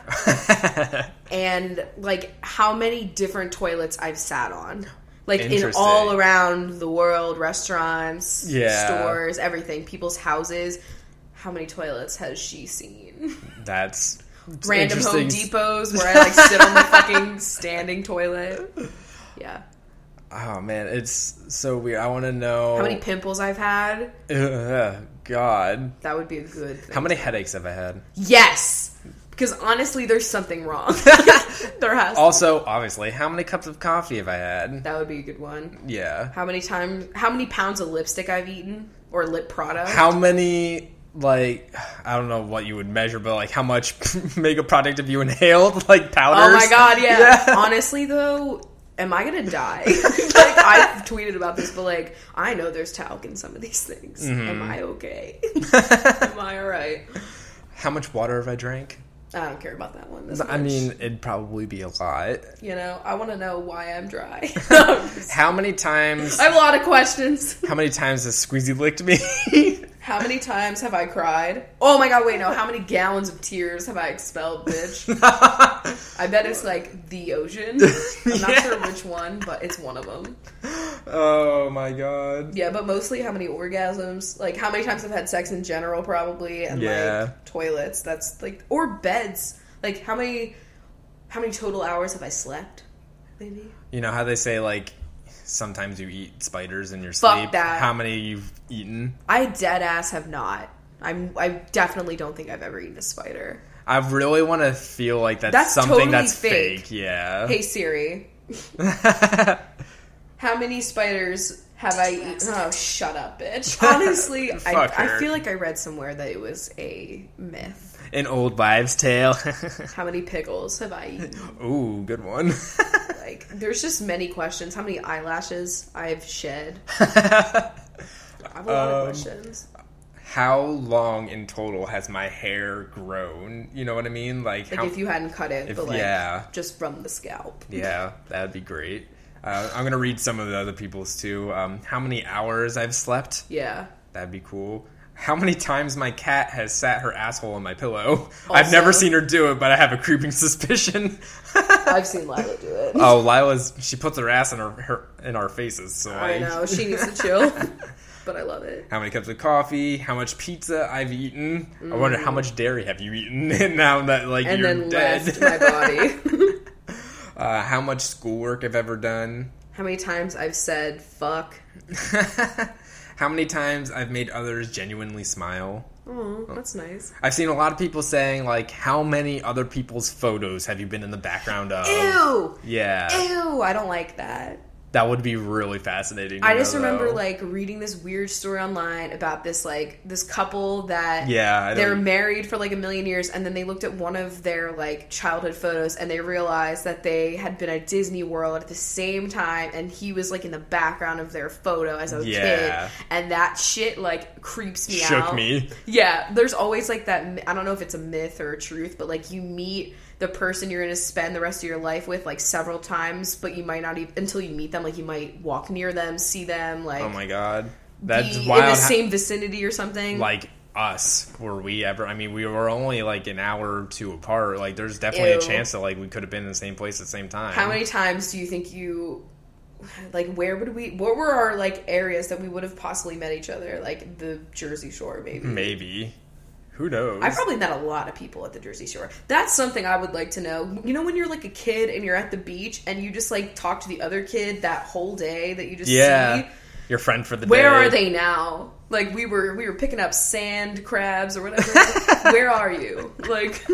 S3: and like how many different toilets I've sat on. Like in
S2: Interesting.
S3: all around the world, restaurants,
S2: Yeah.
S3: stores, everything, people's houses. How many toilets has she seen?
S2: that's it's
S3: Random Home
S2: interesting.
S3: Depots where I like sit on the fucking standing toilet. Yeah.
S2: Oh man, it's so weird. I want to know
S3: How many pimples I've had?
S2: Ugh, God,
S3: That would be a good thing.
S2: how many headaches have I had?
S3: Yes. Because honestly, there's something wrong. there has.
S2: Also, obviously, how many cups of coffee have I had?
S3: that would be a good one.
S2: Yeah.
S3: How many times? How many pounds of lipstick I've eaten or lip product?
S2: How many like I don't know what you would measure, but like how much makeup product have you inhaled? Like
S3: oh
S2: powders.
S3: my god! Yeah.
S2: Yeah.
S3: Honestly, though, am I gonna die? like I've tweeted about this, but like I know there's talc in some of these things.
S2: Mm-hmm.
S3: Am I okay? am I all right?
S2: How much water have I drank?
S3: I don't care about that one. This
S2: I
S3: much.
S2: mean, it'd probably be a lot.
S3: you know, I want to know why I'm dry.
S2: How many times?
S3: I have a lot of questions.
S2: How many times has Squeezy licked me?
S3: How many times have I cried? Oh my god, wait, no. How many gallons of tears have I expelled, bitch? I bet it's like the ocean. I'm not
S2: Yeah.
S3: sure which one, but it's one of them.
S2: oh my god.
S3: Yeah, but mostly how many orgasms, like how many times I've had sex in general, probably, and
S2: Yeah.
S3: like toilets. That's like, or beds. Like how many, how many total hours have I slept? Maybe.
S2: You know how they say like sometimes you eat spiders in your
S3: Fuck
S2: sleep.
S3: that.
S2: How many you've eaten?
S3: I dead ass have not. I'm. I definitely don't think I've ever eaten a spider.
S2: I really want to feel like that's,
S3: That's
S2: something
S3: totally
S2: that's
S3: fake.
S2: fake. Yeah.
S3: Hey Siri, How many spiders have I eaten? Oh, shut up, bitch. Honestly, I,
S2: Fuck
S3: I
S2: her.
S3: feel like I read somewhere that it was a myth.
S2: An old wives' tale.
S3: How many pickles have I eaten?
S2: Ooh, good one.
S3: Like, there's just many questions. How many eyelashes I've shed? I have a lot
S2: Um,
S3: of questions.
S2: how long in total has my hair grown? You know what I mean? Like,
S3: Like,
S2: how,
S3: if you hadn't cut it, but like,
S2: yeah.
S3: just from the scalp.
S2: Yeah, that'd be great. Uh, I'm gonna read some of the other people's too. Um, how many hours I've slept?
S3: Yeah.
S2: That'd be cool. How many times my cat has sat her asshole on my pillow? I've never
S3: Also-
S2: seen her do it, but I have a creeping suspicion.
S3: I've seen Lila do it.
S2: oh, Lila's she puts her ass in her, her in our faces. So
S3: I
S2: like,
S3: know. She needs to chill. but I love it.
S2: How many cups of coffee? How much pizza I've eaten? I wonder how much dairy have you eaten? And now that like
S3: And
S2: you're
S3: then
S2: dead,
S3: left my body.
S2: uh, how much schoolwork I've ever done?
S3: How many times I've said fuck.
S2: How many times I've made others genuinely smile?
S3: Oh, that's nice.
S2: I've seen a lot of people saying like, "How many other people's photos have you been in the background of?" Oh.
S3: Ew!
S2: Yeah,
S3: Ew! I don't like that.
S2: that would be really fascinating. to
S3: I just
S2: know,
S3: remember
S2: though.
S3: like reading this weird story online about this like this couple that
S2: Yeah, I
S3: they were
S2: don't-
S3: married for like a million years and then they looked at one of their like childhood photos and they realized that they had been at Disney World at the same time and he was like in the background of their photo as a
S2: Yeah.
S3: kid and that shit like creeps me out.
S2: shook me.
S3: Yeah, there's always like that. m- I don't know if it's a myth or a truth, but like you meet the person you're going to spend the rest of your life with like several times, but you might not even until you meet them. Like you might walk near them, see them, like
S2: Oh my god,
S3: be
S2: that's
S3: in
S2: wild.
S3: the
S2: how-
S3: same vicinity or something.
S2: like us were we ever i mean we were only like an hour or two apart like there's definitely
S3: Ew.
S2: a chance that like we could have been in the same place at the same time
S3: how many times do you think you like where would we what were our like areas that we would have possibly met each other like the jersey shore maybe
S2: maybe who knows
S3: I probably met a lot of people at the Jersey Shore. That's something I would like to know. You know, when you're like a kid and you're at the beach and you just like talk to the other kid that whole day that you just
S2: yeah
S3: see.
S2: your friend for the
S3: Where
S2: day
S3: are they now? Like we were, we were picking up sand crabs or whatever. Where are you? Like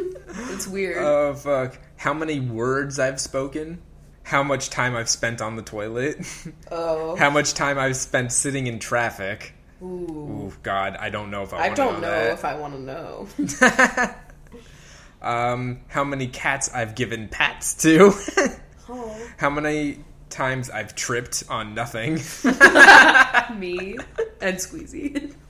S3: it's weird.
S2: oh fuck how many words i've spoken how much time i've spent on the toilet
S3: oh,
S2: how much time i've spent sitting in traffic
S3: ooh.
S2: Ooh, god i don't know if i,
S3: I
S2: wanna
S3: don't know
S2: know,
S3: if I want to know.
S2: um how many cats i've given pats to
S3: Oh,
S2: how many times i've tripped on nothing
S3: me and Squeezy.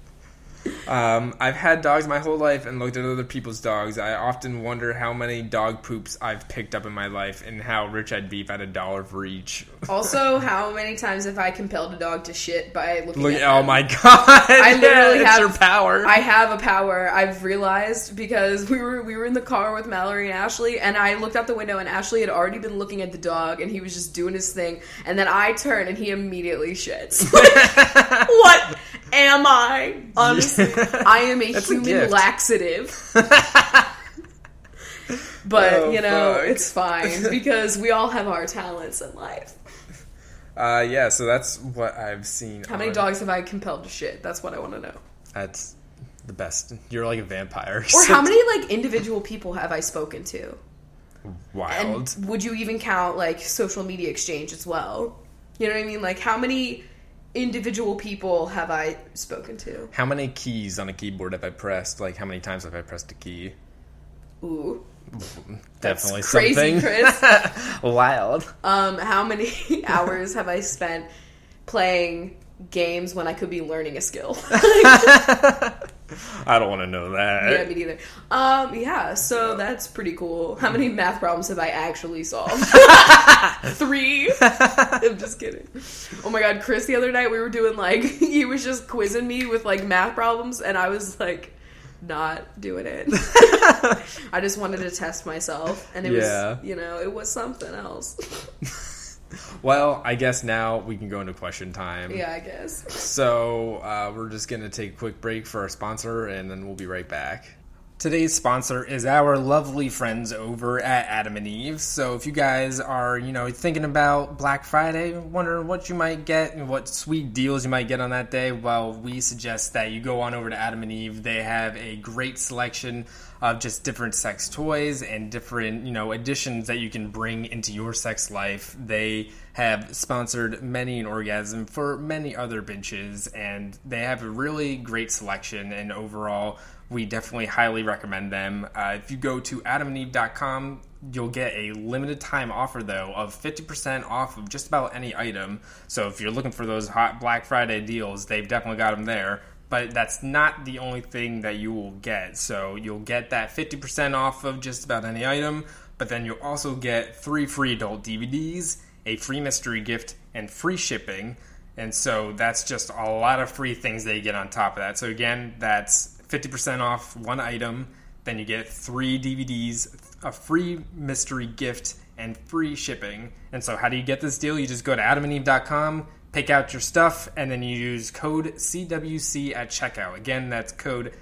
S2: Um, I've had dogs my whole life and looked at other people's dogs. I often wonder how many dog poops I've picked up in my life and how rich I'd be if I had a dollar for each.
S3: Also, how many times have I compelled a dog to shit by looking
S2: Look,
S3: at
S2: oh
S3: them?
S2: my god!
S3: I literally
S2: it's
S3: have
S2: your power.
S3: I have a power. I've realized because we were we were in the car with Mallory and Ashley, and I looked out the window, and Ashley had already been looking at the dog, and he was just doing his thing. And then I turn, and he immediately shits. Like, what am I? Honestly, I am a
S2: That's a
S3: human
S2: gift.
S3: laxative. but
S2: Oh,
S3: you know,
S2: fuck.
S3: it's fine because we all have our talents in life.
S2: uh, yeah, so that's what I've seen.
S3: How many
S2: on-
S3: dogs have I compelled to shit? That's what I want to know.
S2: That's the best. You're like a vampire.
S3: Or how many like individual people have I spoken to?
S2: Wild.
S3: And would you even count like social media exchange as well? You know what I mean? Like how many individual people have I spoken to?
S2: How many keys on a keyboard have I pressed? Like, how many times have I pressed a key?
S3: Ooh, that's
S2: Definitely
S3: crazy,
S2: something.
S3: Chris.
S2: Wild.
S3: um, how many hours have I spent playing games when I could be learning a skill?
S2: I don't want to know that.
S3: yeah, me neither. Um, yeah, so that's pretty cool. How many math problems have I actually solved? Three. I'm just kidding. Oh my god, Chris, the other night we were doing like he was just quizzing me with like math problems, and I was like not doing it. I just wanted to test myself, and it
S2: Yeah.
S3: was you know it was something else.
S2: Well, I guess now we can go into question time.
S3: yeah, I guess.
S2: So uh, we're just going to take a quick break for our sponsor, and then we'll be right back. Today's sponsor is our lovely friends over at Adam and Eve. So if you guys are, you know, thinking about Black Friday, wondering what you might get and what sweet deals you might get on that day, well, we suggest that you go on over to Adam and Eve. They have a great selection of just different sex toys and different, you know, additions that you can bring into your sex life. They have sponsored many an orgasm for many other bitches, and they have a really great selection. And overall, we definitely highly recommend them. Uh, if you go to adamandeve.com, you'll get a limited time offer though of 50% off of just about any item. So if you're looking for those hot Black Friday deals, they've definitely got them there but that's not the only thing that you will get. So you'll get that 50% off of just about any item, but then you'll also get three free adult DVDs, a free mystery gift, and free shipping. And so that's just a lot of free things that you get on top of that. So again, that's 50% off one item, then you get three DVDs, a free mystery gift, and free shipping. And so, how do you get this deal? You just go to adamandeve.com, pick out your stuff, and then you use code CWC at checkout. Again, that's code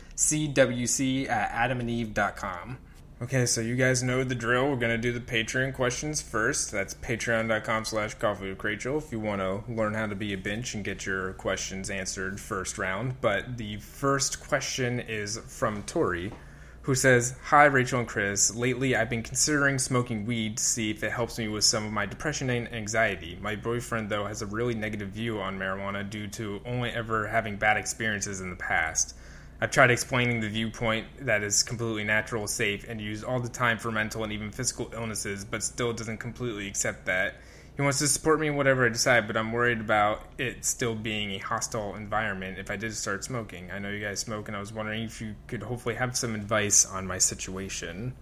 S2: CWC at adamandeve.com. Okay, so you guys know the drill. We're going to do the Patreon questions first. That's patreon.com slash coffee with Rachel if you want to learn how to be a bench and get your questions answered first round. But the first question is from Tori, who says, Hi, Rachel and Chris. Lately, I've been considering smoking weed to see if it helps me with some of my depression and anxiety. My boyfriend, though, has a really negative view on marijuana due to only ever having bad experiences in the past. I've tried explaining the viewpoint that is completely natural, safe, and used all the time for mental and even physical illnesses, but still doesn't completely accept that. He wants to support me in whatever I decide, but I'm worried about it still being a hostile environment if I did start smoking. I know you guys smoke, and I was wondering if you could hopefully have some advice on my situation.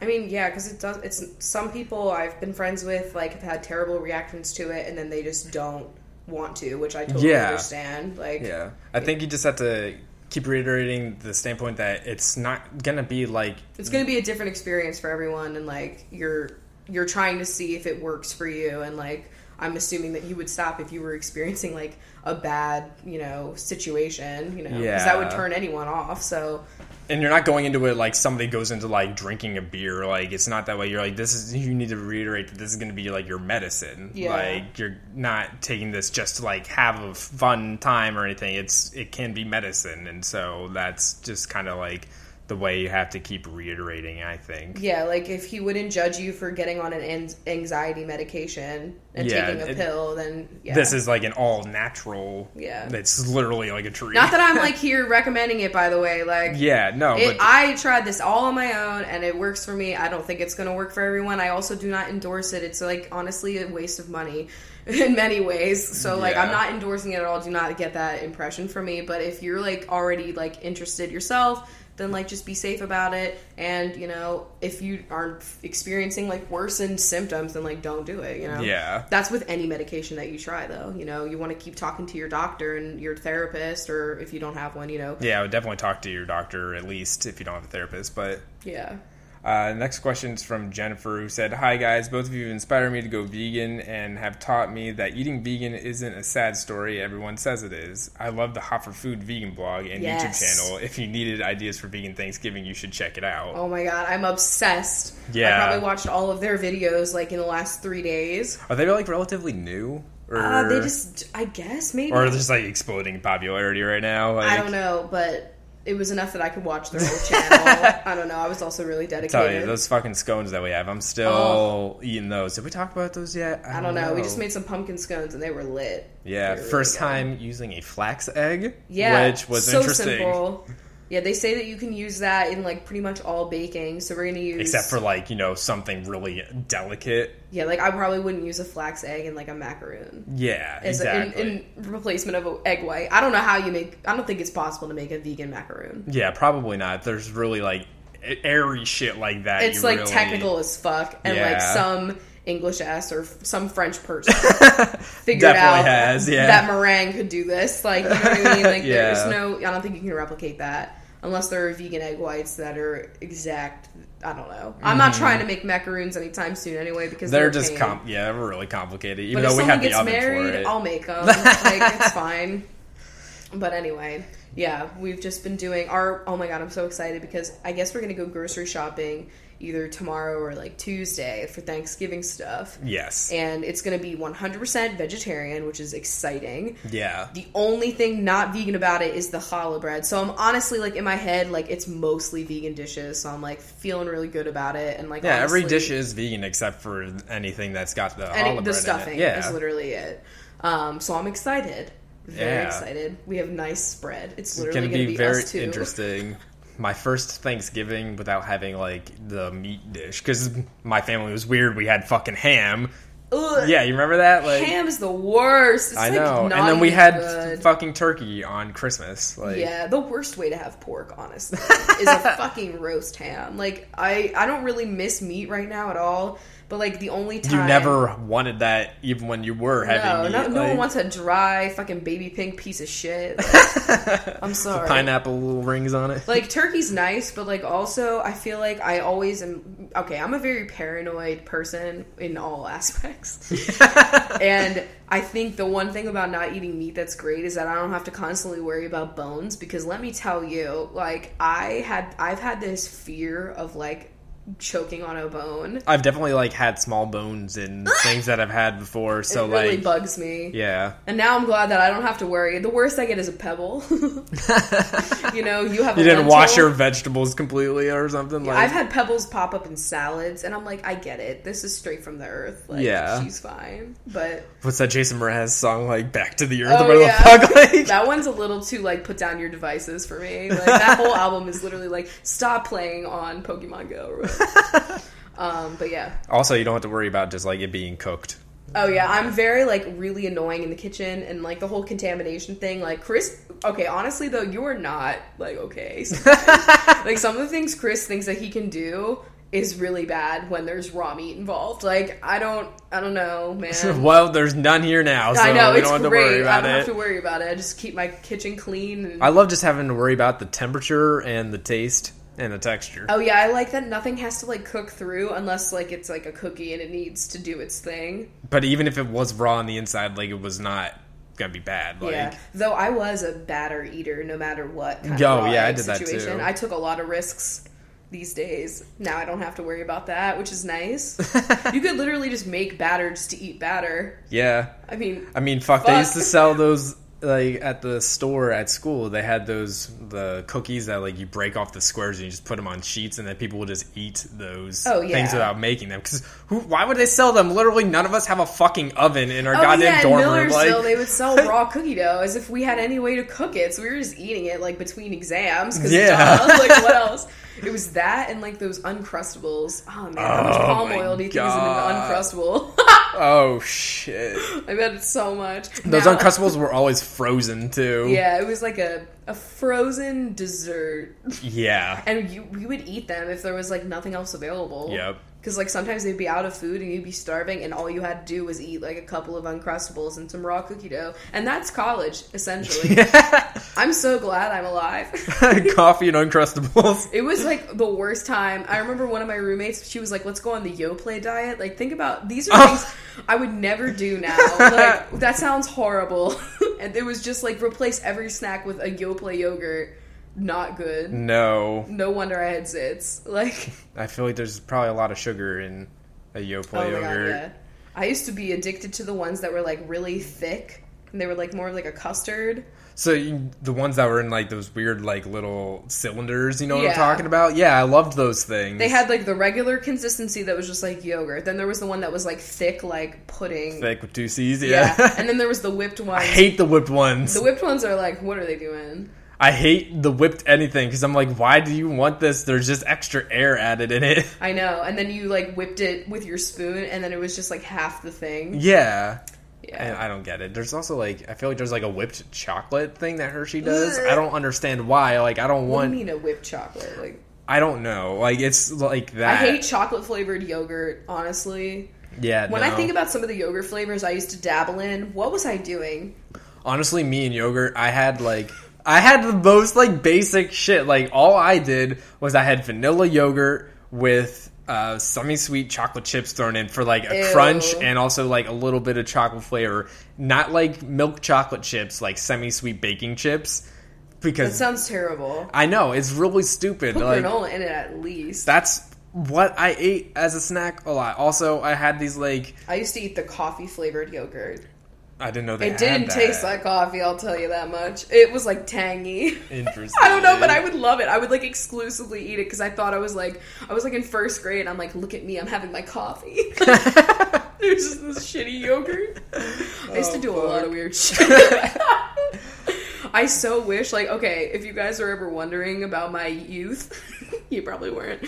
S3: I mean, yeah, because it does. It's some people I've been friends with like have had terrible reactions to it, and then they just don't want to, which I totally
S2: Yeah.
S3: understand. Like,
S2: Yeah. I think you just have to keep reiterating the standpoint that it's not going to be like
S3: it's going to be a different experience for everyone and like you're you're trying to see if it works for you and like i'm assuming that you would stop if you were experiencing like a bad you know situation you know because that would
S2: Yeah.
S3: turn anyone off so
S2: and you're not going into it like somebody goes into like drinking a beer like it's not that way you're like this is you need to reiterate that this is going to be like your medicine
S3: Yeah.
S2: like you're not taking this just to like have a fun time or anything it's it can be medicine and so that's just kind of like the way you have to keep reiterating. I think.
S3: Yeah, like if he wouldn't judge you for getting on an an anxiety medication and
S2: Yeah,
S3: taking a
S2: it-
S3: pill, then yeah.
S2: This is like an all natural.
S3: Yeah.
S2: It's literally like a tree.
S3: not that I'm like here recommending it. By the way, like
S2: yeah. No. but
S3: It, I tried this all on my own and it works for me. I don't think it's going to work for everyone. I also do not endorse it. It's like honestly a waste of money in many ways. So like I'm
S2: Yeah.
S3: not endorsing it at all. Do not get that impression from me. But if you're like already like interested yourself, then like just be safe about it. And you know if you aren't experiencing like worsened symptoms, then like don't do it. You know
S2: Yeah.
S3: that's with any medication that you try though. You know you want to keep talking to your doctor and your therapist, or if you don't have one, you know
S2: yeah, I would definitely talk to your doctor at least if you don't have a therapist. But
S3: yeah.
S2: Uh, next question is from Jennifer, who said, "Hi guys, both of you inspire me to go vegan and have taught me that eating vegan isn't a sad story. Everyone says it is. I love the Hot for Food vegan blog and
S3: Yes.
S2: YouTube channel. If you needed ideas for vegan Thanksgiving, you should check it out.
S3: Oh my god, I'm obsessed.
S2: Yeah.
S3: I probably watched all of their videos like in the last three days.
S2: Are they like relatively new, or
S3: Uh, they just, I guess maybe.
S2: or they're just like exploding in popularity right now? Like,
S3: I don't know, but it was enough that I could watch their whole channel. I don't know. I was also really
S2: Tell
S3: dedicated.
S2: you those fucking scones that we have. I'm still
S3: Oh.
S2: eating those. Did we talk about those yet?
S3: I don't know. We just made some pumpkin scones and they were lit.
S2: yeah
S3: They were
S2: first
S3: really good.
S2: time using a flax egg,
S3: Yeah,
S2: which was
S3: so
S2: interesting.
S3: simple. Yeah, they say that you can use that in like pretty much all baking. So we're gonna use
S2: except for like you know something really delicate.
S3: yeah, like I probably wouldn't use a flax egg in like a macaroon.
S2: Yeah,
S3: as a-
S2: exactly.
S3: in, in replacement of an egg white. I don't know how you make. I don't think it's possible to make a vegan macaroon.
S2: yeah, probably not. There's really like a- airy shit like that.
S3: It's
S2: you
S3: like
S2: really-
S3: technical as fuck, and like
S2: Yeah.
S3: some English ass or f- some French person figured
S2: Definitely
S3: out
S2: has, yeah.
S3: that meringue could do this. Like you know what I mean? Like
S2: Yeah.
S3: there's no. I don't think you can replicate that unless there are vegan egg whites that are exact. I don't know. I'm not trying to make macaroons anytime soon anyway because
S2: Mm-hmm. They're
S3: a
S2: just
S3: pain.
S2: com- yeah, they're really complicated. Even
S3: But if
S2: though we
S3: someone
S2: have the
S3: gets
S2: oven
S3: married, oh
S2: for it.
S3: I'll make them. like it's fine. But anyway, yeah, we've just been doing our. Oh my god, I'm so excited because I guess we're gonna go grocery shopping either tomorrow or like Tuesday for Thanksgiving stuff,
S2: yes,
S3: and it's gonna be 100% vegetarian, which is exciting.
S2: yeah,
S3: The only thing not vegan about it is the challah bread. So I'm honestly like in my head, like it's mostly vegan dishes. So I'm like feeling really good about it, and like
S2: yeah. Every
S3: honestly-
S2: dish is vegan except for anything that's got the
S3: and it-
S2: olive
S3: the
S2: bread
S3: stuffing
S2: in it. Yeah,
S3: is literally it. Um, so I'm excited, very
S2: Yeah.
S3: excited. We have nice spread. It's
S2: it's
S3: literally
S2: gonna be, very
S3: us two.
S2: interesting. My first Thanksgiving without having like the meat dish because my family was weird. We had fucking ham.
S3: Ugh,
S2: Yeah, you remember that? Like
S3: ham is the worst. It's
S2: I
S3: like
S2: know.
S3: Not
S2: And then we
S3: even
S2: had
S3: good.
S2: fucking turkey on Christmas. Like,
S3: yeah, the worst way to have pork, honestly, is a fucking roast ham. Like I, I don't really miss meat right now at all. But like the only
S2: you
S3: time
S2: never wanted that even when you were
S3: No,
S2: having
S3: no,
S2: meat.
S3: no one
S2: like,
S3: wants a dry fucking baby pink piece of shit. I'm sorry.
S2: pineapple little rings on it.
S3: like turkey's nice but like also i feel like i always am okay i'm a very paranoid person in all aspects and i think the one thing about not eating meat that's great is that i don't have to constantly worry about bones because let me tell you like i had i've had this fear of like choking on a bone
S2: I've definitely like had small bones and things that I've had before. So
S3: it really
S2: Oh, like,
S3: bugs me
S2: yeah,
S3: and now i'm glad that i don't have to worry the worst i get is a pebble you know you have
S2: you
S3: a
S2: didn't wash
S3: lentil.
S2: your vegetables completely or something. Like,
S3: I've had pebbles pop up in salads, and I'm like, I get it. This is straight from the earth. Like,
S2: Yeah.
S3: she's fine. But
S2: what's that Jason Mraz song like? Back to the earth.
S3: Oh,
S2: or
S3: yeah.
S2: the fuck? Like,
S3: that one's a little too like put down your devices for me. Like that whole album is literally like stop playing on Pokemon Go. Or whatever. um, but yeah,
S2: also, you don't have to worry about just like it being cooked.
S3: oh yeah, I'm very like really annoying in the kitchen, and like the whole contamination thing. Like Chris, okay, honestly though, you are not like okay. like some of the things Chris thinks that he can do is really bad when there's raw meat involved. Like I don't, I don't know, man.
S2: well, there's none here now, so
S3: I know
S2: we
S3: it's
S2: don't have to
S3: great.
S2: worry
S3: I
S2: about
S3: don't
S2: it.
S3: have to worry about it. I just keep my kitchen clean. And...
S2: I love just having to worry about the temperature and the taste and the texture.
S3: Oh yeah, I like that nothing has to like cook through unless like it's like a cookie and it needs to do its thing.
S2: But even if it was raw on the inside, like it was not gonna be bad. Like
S3: yeah. Though I was a batter eater no matter what kind
S2: Yo,
S3: of raw
S2: yeah, I
S3: egg
S2: did that,
S3: situation.
S2: too.
S3: I took a lot of risks these days. Now I don't have to worry about that, which is nice. you could literally just make batter just to eat batter.
S2: yeah.
S3: I mean,
S2: I mean, fuck, They
S3: Fuck.
S2: used to sell those like at the store at school they had those the cookies that like you break off the squares and you just put them on sheets and then people will just eat those
S3: Oh,
S2: things
S3: yeah.
S2: without making them because who why would they sell them literally none of us have a fucking oven in our goddamn
S3: Oh, yeah,
S2: dorm
S3: in
S2: room like
S3: Millersville, they would sell raw cookie dough as if we had any way to cook it. So we were just eating it like between exams. 'cause
S2: Yeah.
S3: duh, like what else? It was that and like those uncrustables. Oh man, how much
S2: Oh,
S3: palm
S2: my
S3: oil do you think is in an
S2: God.
S3: uncrustable?
S2: oh shit
S3: I bet it's so much.
S2: those
S3: Now-
S2: uncrustables were always frozen too
S3: Yeah, it was like a a frozen dessert,
S2: yeah
S3: and you we would eat them if there was like nothing else available.
S2: Yep.
S3: Because like sometimes they'd be out of food and you'd be starving, and all you had to do was eat like a couple of uncrustables and some raw cookie dough, and that's college essentially. I'm so glad I'm alive.
S2: coffee and uncrustables
S3: It was like the worst time. I remember one of my roommates, she was like, let's go on the Yoplait diet. Like, think about these
S2: Oh.
S3: are things I would never do now. Like, that sounds horrible. and it was just like replace every snack with a Yoplait yogurt. Not
S2: Mm.
S3: good.
S2: no
S3: No wonder I had zits. Like,
S2: i feel like there's probably a lot of sugar in a yoplait
S3: oh my god,
S2: yogurt
S3: yeah. I used to be addicted to the ones that were like really thick and they were like more of like a custard.
S2: So you, the ones that were in like those weird like little cylinders, you know what
S3: Yeah.
S2: I'm talking about? Yeah, I loved those things.
S3: They had like the regular consistency that was just like yogurt. Then there was the one that was like thick, like pudding.
S2: like with doocies.
S3: Yeah.
S2: Yeah,
S3: and then there was the whipped ones.
S2: I hate the whipped ones.
S3: The whipped ones are like, what are they doing?
S2: I hate the whipped anything because I'm like, why do you want this? There's just extra air added in it.
S3: I know. And then you like whipped it with your spoon, and then it was just like half the thing.
S2: yeah. And
S3: Yeah.
S2: I don't get it. There's also like I feel like there's like a whipped chocolate thing that Hershey does. I don't understand why. Like I don't
S3: What do
S2: want.
S3: you mean a whipped chocolate? Like
S2: I don't know. Like it's like
S3: I
S2: that.
S3: hate chocolate flavored yogurt. Honestly,
S2: Yeah.
S3: when I
S2: no.
S3: think about some of the yogurt flavors I used to dabble in, what was I doing?
S2: honestly me and yogurt i had like i had the most like basic shit like all i did was i had vanilla yogurt with uh semi-sweet chocolate chips thrown in for like a
S3: Ew.
S2: crunch and also like a little bit of chocolate flavor not like milk chocolate chips like semi-sweet baking chips
S3: That
S2: because
S3: sounds terrible.
S2: i know it's really stupid
S3: Put
S2: like
S3: granola in it at least.
S2: that's what i ate as a snack a lot also i had these like
S3: I used to eat the coffee flavored yogurt.
S2: i didn't know they
S3: It didn't taste like coffee, I'll tell you that much. It was like tangy.
S2: interesting
S3: I don't know, but I would love it. I would like exclusively eat it because I thought I was like, I was like in first grade, and I'm like, look at me, I'm having my coffee. There's just this shitty yogurt. I used to do a lot of weird shit. I so wish, like, okay, if you guys are ever wondering about my youth, you probably weren't.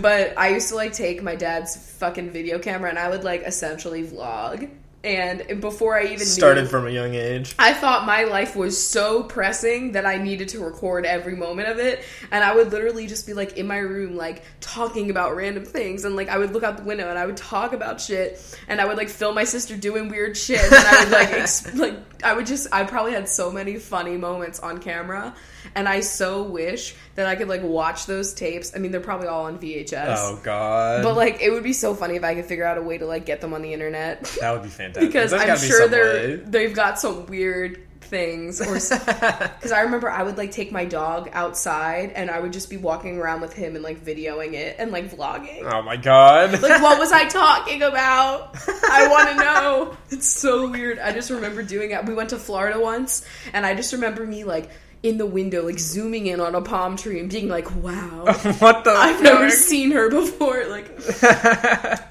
S3: But I used to like take my dad's fucking video camera and I would like essentially vlog. And before I even knew-
S2: started from a young age
S3: I thought my life was so pressing that I needed to record every moment of it. And I would literally just be like in my room, like talking about random things. And like I would look out the window and I would talk about shit. And I would like film my sister doing weird shit. And I would like, ex- like, I would just, I probably had so many funny moments on camera. And I so wish that I could like watch those tapes. I mean, they're probably all on VHS.
S2: Oh god,
S3: But like, it would be so funny if I could figure out a way to like get them on the internet.
S2: that would be fantastic.
S3: because
S2: There's
S3: I'm
S2: gotta be
S3: sure
S2: some
S3: they're
S2: way.
S3: they've got some weird things or because I remember I would like take my dog outside and I would just be walking around with him and like videoing it and like vlogging.
S2: Oh my god,
S3: Like what was I talking about? I want to know. It's so weird. I just remember doing it. We went to Florida once and I just remember me like in the window like zooming in on a palm tree and being like, "Wow."
S2: what the?
S3: I've never
S2: fuck?
S3: seen her before. Like,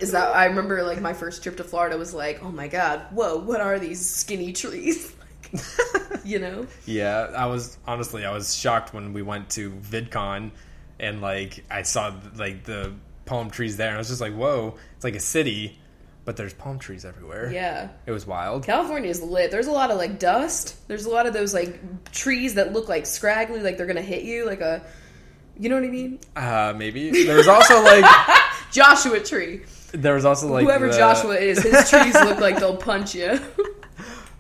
S3: is that? I remember like my first trip to Florida was like, oh my god, whoa, what are these skinny trees? Like, you know,
S2: Yeah, I was honestly I was shocked when we went to VidCon and like I saw like the palm trees there and I was just like, whoa, it's like a city, but there's palm trees everywhere.
S3: yeah.
S2: it was wild.
S3: California is lit. There's a lot of like dust. There's a lot of those like trees that look like scraggly, like they're gonna hit you, like a, you know what I mean?
S2: Uh, maybe there was also like
S3: Joshua tree.
S2: there was also like
S3: Whoever
S2: the-
S3: Joshua is, his trees look like they'll punch you.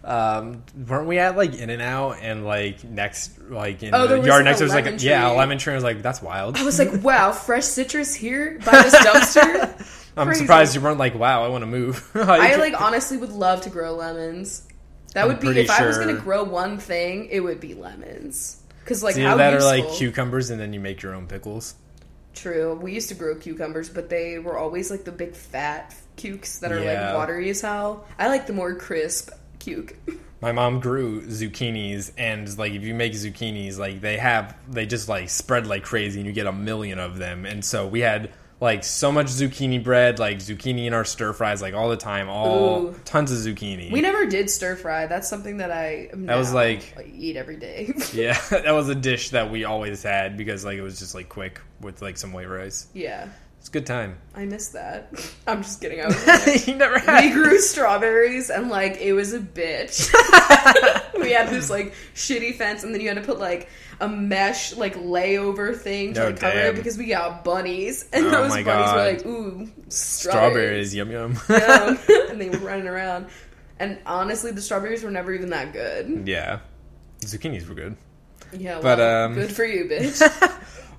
S2: Um, weren't we at like In and Out and like next like in
S3: Oh, there
S2: the
S3: was,
S2: yard
S3: like,
S2: next there
S3: a
S2: was like
S3: lemon
S2: yeah a
S3: tree.
S2: lemon tree I was like that's wild.
S3: I was like, wow, fresh citrus here by this dumpster.
S2: I'm
S3: Crazy.
S2: surprised you weren't like wow I want to move.
S3: I like honestly would love to grow lemons. That would be
S2: pretty
S3: if I was gonna
S2: sure-
S3: grow one thing, it would be lemons. Cause like
S2: It's either
S3: how
S2: that
S3: useful.
S2: or like cucumbers, and then you make your own pickles.
S3: True, we used to grow cucumbers, but they were always like the big fat cukes that are
S2: Yeah.
S3: like watery as hell. I like the more crisp cuke.
S2: My mom grew zucchinis, and like if you make zucchinis, like they have they just like spread like crazy, and you get a million of them. And so we had like so much zucchini bread, like zucchini in our stir fries, like all the time, all
S3: Ooh.
S2: tons of zucchini.
S3: We never did stir fry. That's something that I am
S2: That was
S3: now-
S2: like-
S3: I eat every day.
S2: yeah, that was a dish that we always had because like it was just like quick with like some white rice.
S3: yeah,
S2: It's a good time.
S3: I miss that. I'm just kidding. I was
S2: you never
S3: we
S2: had.
S3: grew strawberries and like it was a bitch. we had this like shitty fence, and then you had to put like a mesh like layover thing to
S2: No,
S3: like, cover it
S2: damn.
S3: because we got bunnies, and
S2: Oh
S3: those
S2: my
S3: bunnies were
S2: God.
S3: like ooh strawberries,
S2: Strawberries, yum yum.
S3: Yum. and they were running around. And honestly, the strawberries were never even that good.
S2: yeah, zucchinis were good.
S3: Yeah, well,
S2: But, um,
S3: good for you, bitch.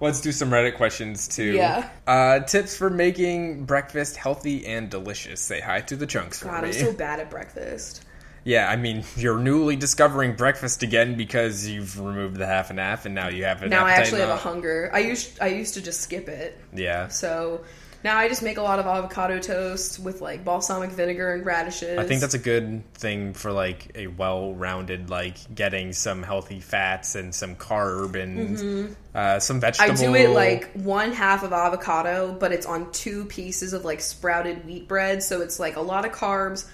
S2: Let's do some Reddit questions too.
S3: Yeah.
S2: Uh, tips for making breakfast healthy and delicious. Say hi to the chunks for
S3: God,
S2: me.
S3: I'm so bad at breakfast.
S2: yeah, I mean you're newly discovering breakfast again because you've removed the half and half, and now you have an
S3: Now I
S2: appetite
S3: actually have a
S2: not-
S3: hunger. I used I used to just skip it.
S2: Yeah,
S3: So now I just make a lot of avocado toast with like balsamic vinegar and radishes.
S2: I think that's a good thing for like a well-rounded like getting some healthy fats and some carb and uh, some
S3: Mm-hmm. I
S2: vegetable.
S3: do it like one half of avocado, but it's on two pieces of like sprouted wheat bread, so it's like a lot of carbs,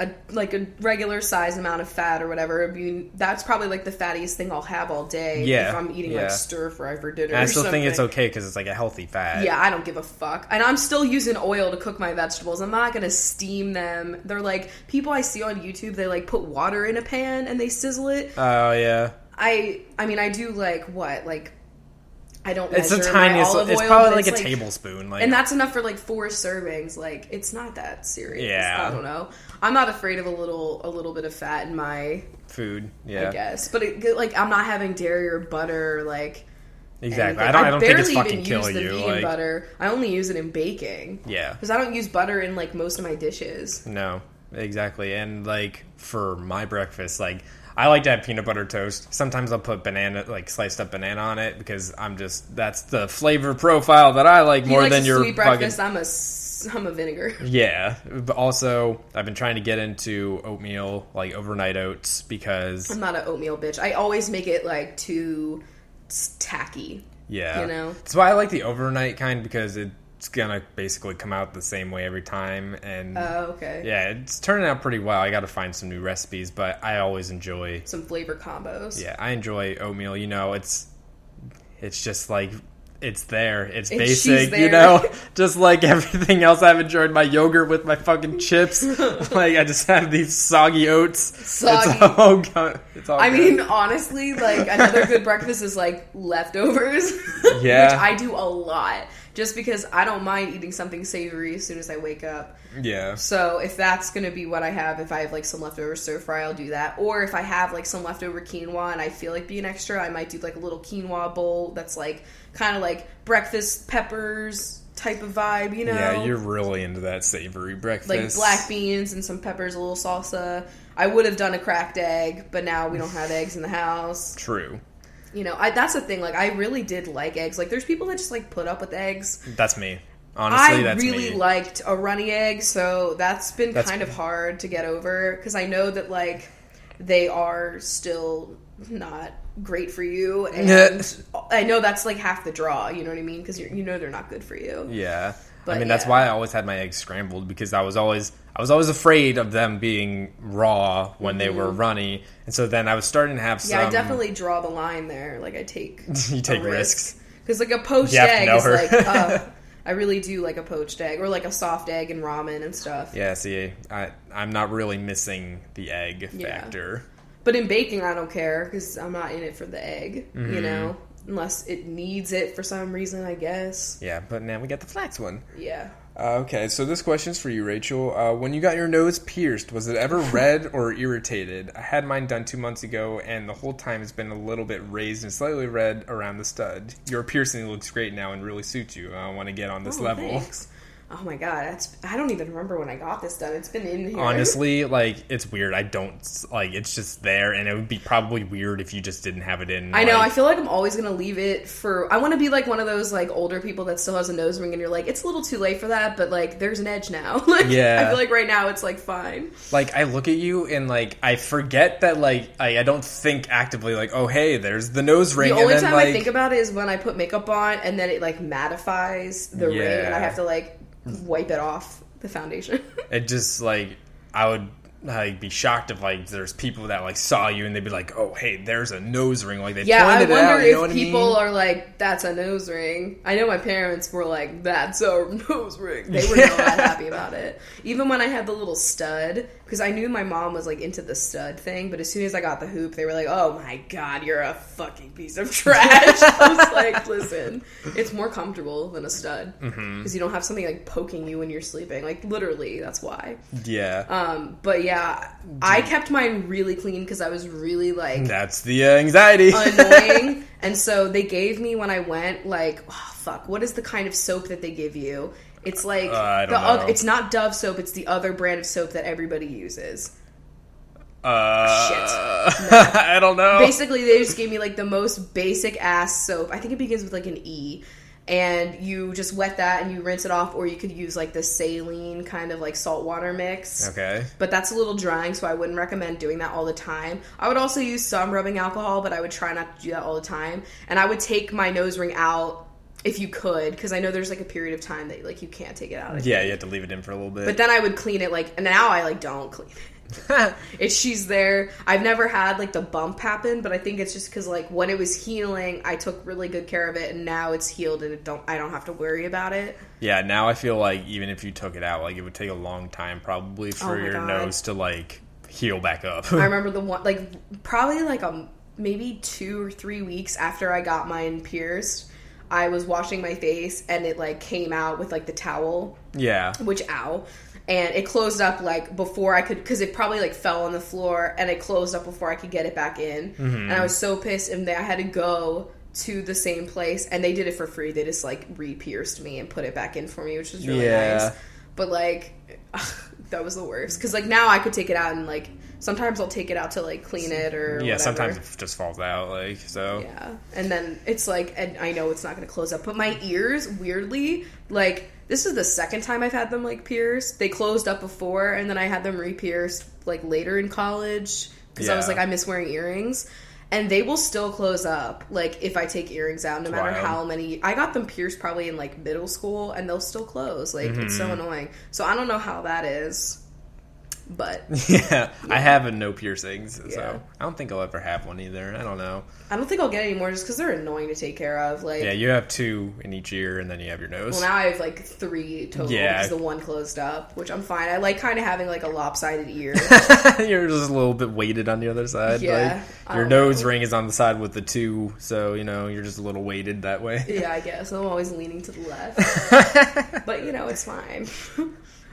S3: a like a regular size amount of fat or whatever. I mean, that's probably like the fattiest thing I'll have all day
S2: Yeah,
S3: if I'm eating
S2: yeah.
S3: like stir fry for dinner.
S2: And I
S3: or
S2: still
S3: something.
S2: think it's okay because it's like a healthy fat.
S3: Yeah, I don't give a fuck. And I'm still using oil to cook my vegetables. I'm not gonna steam them. They're like people I see on YouTube. They like put water in a pan and they sizzle it.
S2: Oh yeah.
S3: I I mean I do like what like I don't.
S2: It's the
S3: measure my
S2: tiniest.
S3: olive
S2: It's
S3: oil,
S2: probably
S3: but
S2: like a
S3: it's,
S2: tablespoon. Like
S3: and that's enough for like four servings. Like it's not that serious.
S2: Yeah.
S3: I don't know. I'm not afraid of a little a little bit of fat in my
S2: food. Yeah.
S3: I guess, but it, like I'm not having dairy or butter or, like.
S2: Exactly.
S3: anything.
S2: I don't. I don't think it's
S3: barely
S2: fucking
S3: even
S2: kill
S3: use the
S2: you.
S3: vegan
S2: Like
S3: butter. I only use it in baking.
S2: yeah.
S3: Because I don't use butter in like most of my dishes.
S2: No. Exactly. And like for my breakfast, like I like to have peanut butter toast. Sometimes I'll put banana, like sliced up banana on it because I'm just that's the flavor profile that I like
S3: He
S2: more
S3: likes
S2: than
S3: a
S2: your
S3: sweet
S2: fucking.
S3: breakfast. I'm a s- I'm a vinegar.
S2: Yeah, but also I've been trying to get into oatmeal, like overnight oats, because
S3: I'm not an oatmeal bitch. I always make it like too s- tacky.
S2: Yeah.
S3: You know?
S2: That's why I like the overnight kind because it's gonna basically come out the same way every time and
S3: Oh, okay.
S2: yeah, it's turning out pretty well. I gotta find some new recipes, but I always enjoy
S3: Some flavor combos.
S2: yeah, I enjoy oatmeal, you know, it's it's just like it's there. It's
S3: And she's
S2: basic,
S3: there.
S2: you know. Just like everything else I've enjoyed my yogurt with my fucking chips. like I just have these soggy oats.
S3: Soggy.
S2: It's all, go- it's all
S3: I
S2: good.
S3: mean, honestly, like another good breakfast is like leftovers.
S2: Yeah.
S3: Which I do a lot. Just because I don't mind eating something savory as soon as I wake up.
S2: yeah.
S3: So if that's gonna be what I have, if I have like some leftover stir fry, I'll do that. Or if I have like some leftover quinoa and I feel like being extra, I might do like a little quinoa bowl that's like kind of like breakfast peppers type of vibe, you know?
S2: Yeah, you're really into that savory breakfast.
S3: like black beans and some peppers, a little salsa. I would have done a cracked egg, but now we don't have eggs in the house.
S2: True.
S3: You know, I, that's the thing. Like, I really did like eggs. Like, there's people that just like put up with eggs.
S2: That's me. Honestly,
S3: I
S2: that's
S3: really
S2: me.
S3: liked a runny egg, so that's been
S2: That's-
S3: kind of hard to get over because I know that like they are still not great for you, and I know that's like half the draw. You know what I mean? Because you know they're not good for you.
S2: yeah.
S3: But
S2: I mean, that's
S3: yeah.
S2: why I always had my eggs scrambled because I was always I was always afraid of them being raw when they were runny, and so then I was starting to have some.
S3: Mm-hmm. Yeah, I definitely draw the line there. Like I take
S2: You take risks.
S3: because like a poached
S2: You have to
S3: egg
S2: know
S3: is
S2: her.
S3: like uh, I really do like a poached egg or like a soft egg and ramen and stuff.
S2: Yeah, see, I I'm not really missing the egg
S3: Yeah.
S2: factor.
S3: But in baking, I don't care because I'm not in it for the egg.
S2: Mm-hmm.
S3: You know, unless it needs it for some reason, I guess.
S2: Yeah, but now we got the flax one.
S3: Yeah.
S2: Uh, okay, so this question's for you, Rachel. Uh, when you got your nose pierced, was it ever red or irritated? I had mine done two months ago, and the whole time it's been a little bit raised and slightly red around the stud. Your piercing looks great now and really suits you. I want to get on this
S3: Oh,
S2: level.
S3: thanks. Oh my god, that's I don't even remember when I got this done. It's been in here.
S2: Honestly, like it's weird. I don't like it's just there, and it would be probably weird if you just didn't have it in.
S3: I know. I
S2: like-
S3: feel like I'm always gonna leave it for. I want to be like one of those like older people that still has a nose ring, and you're like, it's a little too late for that, but like, there's an edge now. like,
S2: Yeah.
S3: I feel like right now it's like fine.
S2: like I look at you and like I forget that like I, I don't think actively like oh hey there's the nose ring.
S3: The only
S2: and then,
S3: time
S2: like,
S3: I think about it is when I put makeup on, and then it like mattifies the ring, and I
S2: Yeah.
S3: have to like wipe it off the foundation.
S2: it just like I would like be shocked if like there's people that like saw you and they'd be like oh hey there's a nose ring like they
S3: yeah, I
S2: pointed
S3: wonder
S2: it out, you know
S3: if
S2: what I mean?
S3: people are like, "That's a nose ring." I know my parents were like, "That's a nose ring." They were not happy about it. Even when I had the little stud, because I knew my mom was like into the stud thing, but as soon as I got the hoop, they were like, "Oh my god, you're a fucking piece of trash." I was like, "Listen, it's more comfortable than a stud because
S2: Mm-hmm.
S3: you don't have something like poking you when you're sleeping. Like literally, that's why."
S2: yeah
S3: Um, but yeah, I kept mine really clean because I was really like
S2: that's the uh, anxiety
S3: annoying. and so they gave me when I went like, oh, fuck, what is the kind of soap that they give you? It's like
S2: Uh, I don't
S3: the oth-
S2: know.
S3: it's not Dove soap, it's the other brand of soap that everybody uses.
S2: uh, shit I don't know
S3: Basically, they just gave me like the most basic ass soap. I think it begins with like an E. And you just wet that and you rinse it off, or you could use like the saline kind of like salt water mix.
S2: okay
S3: but that's a little drying, so I wouldn't recommend doing that all the time. I would also use some rubbing alcohol, but I would try not to do that all the time. And I would take my nose ring out if you could, because I know there's like a period of time that like you can't take it out. I
S2: yeah
S3: think.
S2: you have to leave it in for a little bit
S3: But then I would clean it like, and now I like don't clean it. It's she's there. I've never had like the bump happen, but I think it's just because like when it was healing, I took really good care of it, and now it's healed, and it don't I don't have to worry about it.
S2: Yeah, now I feel like even if you took it out, like it would take a long time probably for
S3: Oh my
S2: your
S3: God.
S2: nose to like heal back up.
S3: I remember the one, like probably like um maybe two or three weeks after I got mine pierced, I was washing my face and it like came out with like the towel,
S2: yeah.
S3: which ow, and it closed up like before I could because it probably like fell on the floor and it closed up before I could get it back in,
S2: Mm-hmm.
S3: and I was so pissed and they, I had to go to the same place and they did it for free. They just like re-pierced me and put it back in for me, which was really
S2: Yeah.
S3: nice. But like, that was the worst because like now I could take it out and like sometimes I'll take it out to like clean it or
S2: Yeah,
S3: whatever.
S2: sometimes it just falls out, like so.
S3: yeah, and then it's like and I know it's not going to close up, but my ears weirdly like this is the second time I've had them like pierced. They closed up before, and then I had them re-pierced like later in college because I was
S2: Yeah.
S3: like I miss wearing earrings. And they will still close up, like if I take earrings out, no matter
S2: wild.
S3: how many. I got them pierced probably in like middle school, and they'll still close. Like it's so
S2: Mm-hmm.
S3: annoying. So I don't know how that is, but
S2: Yeah. I have a no piercings,
S3: Yeah.
S2: so I don't think I'll ever have one either. I don't know.
S3: I don't think I'll get any more just because they're annoying to take care of. Like,
S2: Yeah, you have two in each ear and then you have your nose.
S3: well, now I have like three total
S2: Yeah.
S3: because the one closed up, which I'm fine. I like kind of having like a lopsided ear.
S2: You're just a little bit weighted on the other side.
S3: Yeah, I
S2: Like your
S3: don't know.
S2: nose ring is on the side with the two, so you know, you're just a little weighted that way.
S3: yeah, I guess I'm always leaning to the left, but you know it's fine.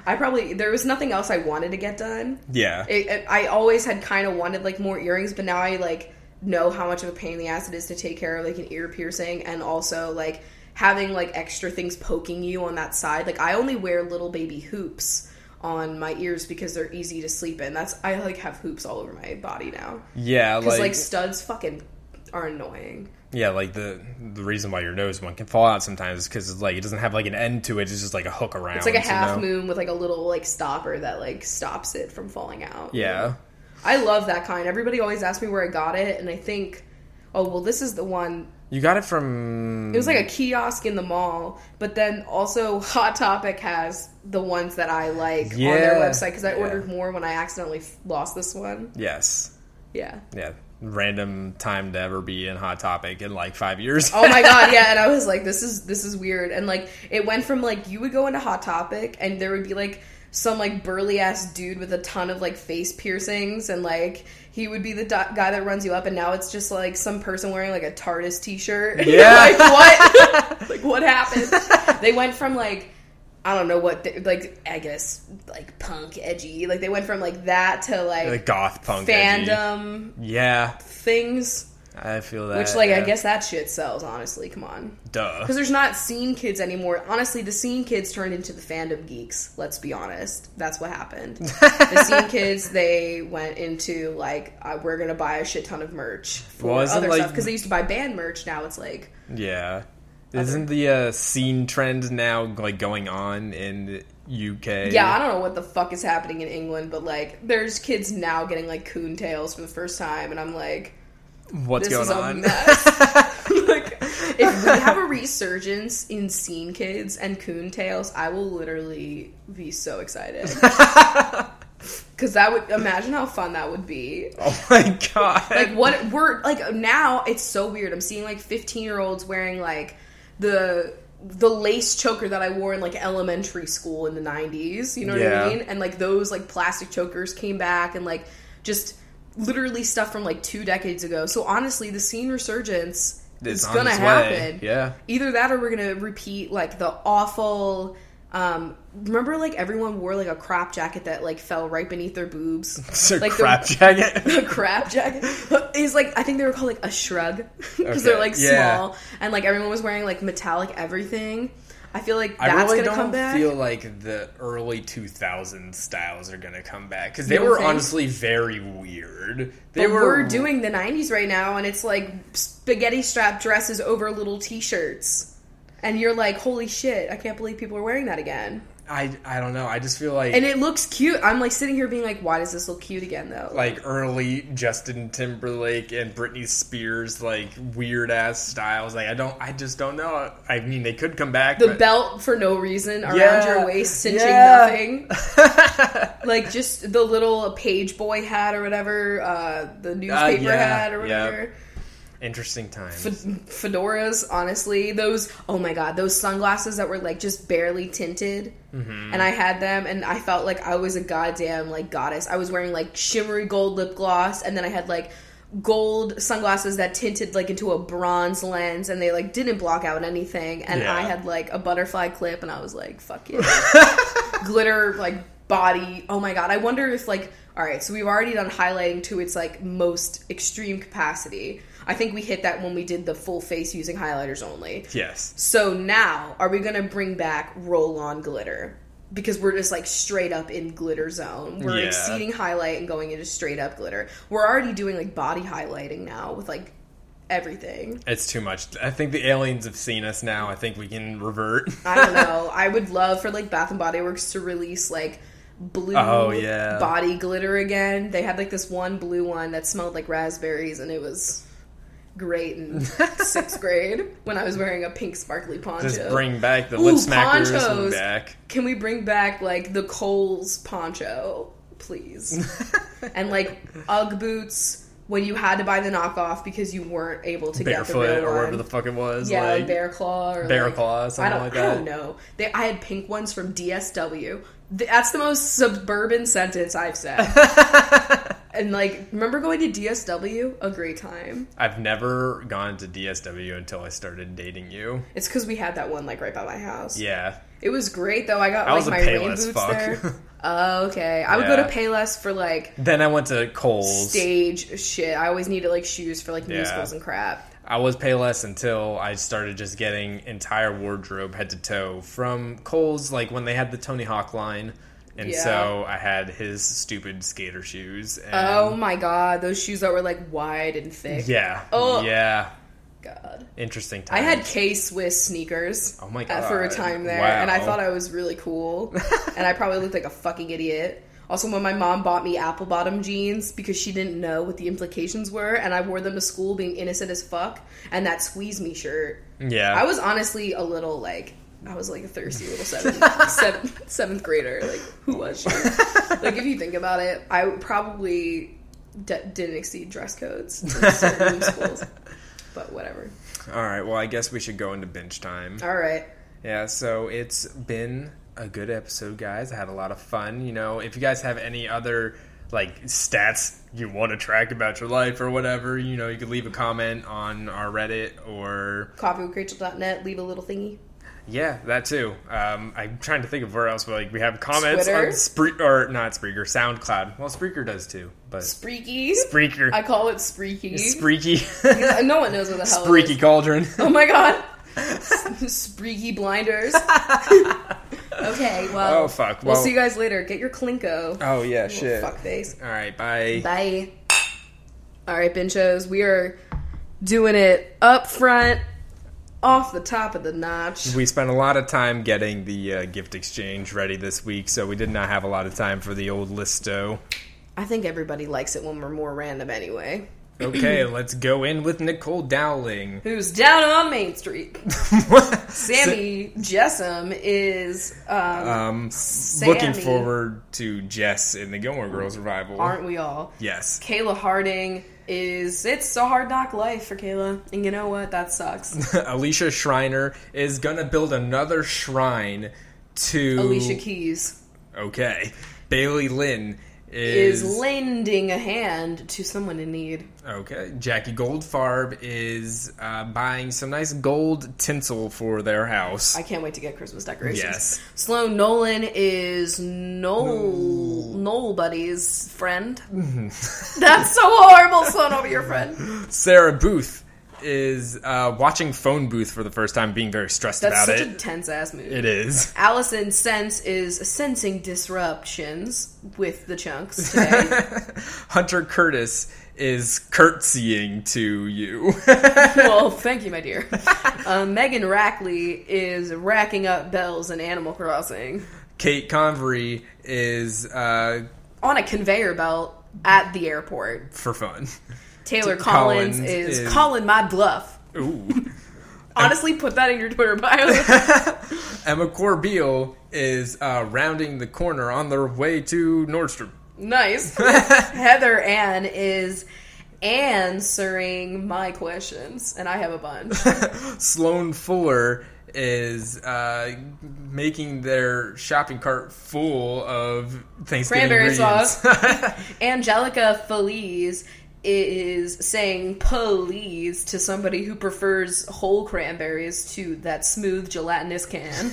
S3: I probably there was nothing else I wanted to get done.
S2: Yeah.
S3: It, it, I always had kind of wanted like more earrings, but now I like know how much of a pain in the ass it is to take care of like an ear piercing and also like having like extra things poking you on that side. Like I only wear little baby hoops on my ears because they're easy to sleep in. That's I like have hoops all over my body now
S2: yeah,
S3: because like studs fucking are annoying.
S2: Yeah, like the the reason why your nose one can fall out sometimes is because like it doesn't have like an end to it. It's just like a hook around.
S3: It's like a
S2: you
S3: half
S2: know?
S3: moon with like a little like stopper that like stops it from falling out.
S2: Yeah,
S3: I love that kind. Everybody always asks me where I got it, and I think, oh well, this is the one.
S2: you got it from.
S3: It was like a kiosk in the mall, but then also Hot Topic has the ones that I like on their
S2: Yeah.
S3: website because I
S2: Yeah.
S3: ordered more when I accidentally f- lost this one.
S2: yes,
S3: Yeah.
S2: yeah, random time to ever be in hot topic in like five years.
S3: Oh my god, yeah, and I was like, this is this is weird. And like it went from like you would go into Hot Topic and there would be like some like burly ass dude with a ton of like face piercings and like he would be the do- guy that runs you up and now it's just like some person wearing like a TARDIS t-shirt. And you're
S2: Yeah.
S3: like what? like what happened? they went from like I don't know what they, like I guess like punk edgy. Like they went from like that to like,
S2: the goth punk edgy.
S3: fandom
S2: Yeah,
S3: things.
S2: I feel that.
S3: Which, like, I
S2: Uh, yeah.
S3: guess that shit sells, honestly. Come on.
S2: Duh.
S3: Because there's not scene kids anymore. Honestly, the scene kids turned into the fandom geeks. Let's be honest. That's what happened. the scene kids, they went into, like, uh, we're going to buy a shit ton of merch for
S2: Well, isn't,
S3: other
S2: like-
S3: stuff. Because they used to buy band merch. Now it's like,
S2: Yeah. Isn't the uh, scene trend now like going on in the UK?
S3: yeah, I don't know what the fuck is happening in England, but, like, there's kids now getting, like, coon tails for the first time. And I'm like,
S2: What's
S3: this
S2: going
S3: is a
S2: on?
S3: mess. like, if we have a resurgence in scene kids and coon tails, I will literally be so excited. Because that would imagine how fun that would be.
S2: oh my god.
S3: Like what we're like now, it's so weird. I'm seeing like 15 year olds wearing like the the lace choker that I wore in like elementary school in the 90s. You know what
S2: Yeah.
S3: I mean? And like those like plastic chokers came back and like just literally stuff from like two decades ago. So honestly, the scene resurgence
S2: It's
S3: is
S2: on
S3: gonna
S2: its way.
S3: happen.
S2: Yeah.
S3: Either that or we're gonna repeat like the awful. Um, remember, like everyone wore like a crop jacket that like fell right beneath their boobs.
S2: it's a
S3: like the-
S2: crap jacket.
S3: the crap jacket is like I think they were called like a shrug because
S2: Okay,
S3: they're like
S2: yeah.
S3: small and like everyone was wearing like metallic everything. I feel like
S2: I
S3: that's
S2: really
S3: gonna
S2: don't
S3: come back.
S2: feel like the early 2000s styles are gonna come back because they
S3: don't
S2: were
S3: think?
S2: honestly very weird. They
S3: But
S2: were
S3: we're doing the '90s right now, and it's like spaghetti strap dresses over little t-shirts, and you're like, "Holy shit! I can't believe people are wearing that again."
S2: I I don't know. I just feel like
S3: And it looks cute. I'm like sitting here being like, "Why does this look cute again?" Though,
S2: like early Justin Timberlake and Britney Spears like weird ass styles. Like I don't, I just don't know. I mean, they could come back.
S3: the
S2: but
S3: belt for no reason around
S2: Yeah,
S3: your waist, cinching
S2: yeah.
S3: nothing. like just the little page boy hat or whatever, uh, the newspaper
S2: yeah,
S3: hat or
S2: yeah.
S3: whatever.
S2: Interesting times.
S3: F- fedoras, honestly, those oh my god, those sunglasses that were like just barely tinted,
S2: Mm-hmm.
S3: and I had them, and I felt like I was a goddamn like goddess. I was wearing like shimmery gold lip gloss, and then I had like gold sunglasses that tinted like into a bronze lens, and they like didn't block out anything, and
S2: Yeah.
S3: I had like a butterfly clip, and I was like, fuck it, glitter like body. Oh my god, I wonder if like all right, so we've already done highlighting to its like most extreme capacity. I think we hit that when we did the full face using highlighters only.
S2: yes.
S3: So now, are we going to bring back roll-on glitter? Because we're just like straight up in glitter zone. We're
S2: Yeah.
S3: exceeding highlight and going into straight up glitter. We're already doing like body highlighting now with like everything.
S2: It's too much. I think the aliens have seen us now. I think we can revert.
S3: I don't know. I would love for like Bath and Body Works to release like blue
S2: Oh, yeah.
S3: body glitter again. They had like this one blue one that smelled like raspberries and it was great in sixth grade when I was wearing a pink sparkly poncho.
S2: Just bring back the
S3: Ooh,
S2: lip smackers
S3: ponchos.
S2: back.
S3: Can we bring back like the Coles poncho, please? and like Ugg boots when you had to buy the knockoff because you weren't able to get the
S2: Barefoot
S3: real
S2: or whatever
S3: one.
S2: the fuck it was.
S3: Yeah,
S2: like,
S3: like bear claw or
S2: Bear
S3: like,
S2: Claw, something
S3: I don't,
S2: like
S3: I
S2: that.
S3: don't know. They, I had pink ones from DSW. Th- That's the most suburban sentence I've said. and like, remember going to DSW? A great time.
S2: I've never gone to DSW until I started dating you.
S3: It's because we had that one like right by my house.
S2: Yeah.
S3: It was great though. I got
S2: I
S3: like
S2: was a
S3: my rain
S2: Payless
S3: boots
S2: fuck.
S3: there. Oh, okay. I would go to
S2: Yeah.
S3: Payless for like
S2: Then I went to Coles.
S3: stage shit. I always needed like shoes for like
S2: Yeah.
S3: musicals and crap.
S2: I was Payless until I started just getting entire wardrobe head to toe from Cole's, like when they had the Tony Hawk line, and
S3: Yeah.
S2: so I had his stupid skater shoes. And
S3: Oh my god, those shoes that were like wide and thick.
S2: yeah,
S3: Oh.
S2: yeah,
S3: God.
S2: interesting time.
S3: I had K Swiss sneakers.
S2: Oh my
S3: uh, For a
S2: God.
S3: time there,
S2: Wow.
S3: and I thought I was really cool, and I probably looked like a fucking idiot. Also, when my mom bought me apple bottom jeans because she didn't know what the implications were, and I wore them to school being innocent as fuck, and that squeeze me shirt.
S2: yeah,
S3: I was honestly a little like I was like a thirsty little seventh seventh, seventh grader. Like who was she? like if you think about it, I probably d- didn't exceed dress codes in certain schools, but whatever.
S2: All right, well, I guess we should go into bench time.
S3: All right.
S2: Yeah, so it's been a good episode, guys. I had a lot of fun. You know, if you guys have any other like stats you want to track about your life or whatever, you know, you could leave a comment on our Reddit or
S3: coffeewithrachel.net, leave a little thingy.
S2: Yeah, that too. Um, I'm trying to think of where else, but like we have comments
S3: Twitter?
S2: on Spre or not Spreaker, SoundCloud. Well, Spreaker does too, but
S3: Spreaky.
S2: Spreaker,
S3: I call it Spreaky.
S2: Spreaky,
S3: no one knows what the hell it is.
S2: Spreaky Cauldron.
S3: Oh my god. Spreaky blinders. okay, well.
S2: Oh, fuck,
S3: We'll,
S2: well-
S3: see you guys later. Get your Klinko.
S2: Oh yeah, shit.
S3: Fuck face.
S2: All right, bye.
S3: Bye. All right, Binchos. We are doing it up front, off the top of the notch.
S2: We spent a lot of time getting the uh, gift exchange ready this week, so we did not have a lot of time for the old listo.
S3: I think everybody likes it when we're more random anyway.
S2: Okay, let's go in with Nicole Dowling.
S3: Who's down on Main Street? Sammy Jessam is. Um,
S2: um,
S3: Sammy.
S2: looking forward to Jess in the Gilmore Girls revival.
S3: aren't we all?
S2: yes.
S3: Kayla Harding is. It's a hard knock life for Kayla, and you know what? That sucks.
S2: Alicia Schreiner is gonna build another shrine to
S3: Alicia Keys
S2: Okay, Bailey Lynn is,
S3: is lending a hand to someone in need.
S2: okay. Jackie Goldfarb is uh, buying some nice gold tinsel for their house.
S3: I can't wait to get Christmas decorations.
S2: Yes.
S3: Sloan Nolan is Noel Noel Buddy's friend. That's so horrible, Sloan over your friend.
S2: Sarah Booth is uh, watching Phone Booth for the first time, being very stressed
S3: That's
S2: about
S3: such
S2: it.
S3: a tense ass movie.
S2: it is.
S3: Allison Sense is sensing disruptions with the chunks today.
S2: Hunter Curtis is curtsying to you.
S3: well, thank you, my dear. Uh, Megan Rackley is racking up bells in Animal Crossing
S2: Kate Convery is uh,
S3: on a conveyor belt at the airport.
S2: for fun.
S3: Taylor
S2: T-
S3: Collins,
S2: Collins
S3: is,
S2: is-
S3: calling my bluff.
S2: Ooh.
S3: Honestly, put that in your Twitter bio.
S2: Emma Corbeil is uh, rounding the corner on their way to Nordstrom.
S3: nice. Heather Ann is answering my questions, and I have a bunch.
S2: Sloan Fuller is uh, making their shopping cart full of Thanksgiving
S3: Cranberry
S2: ingredients.
S3: Angelica Feliz is saying please to somebody who prefers whole cranberries to that smooth gelatinous can.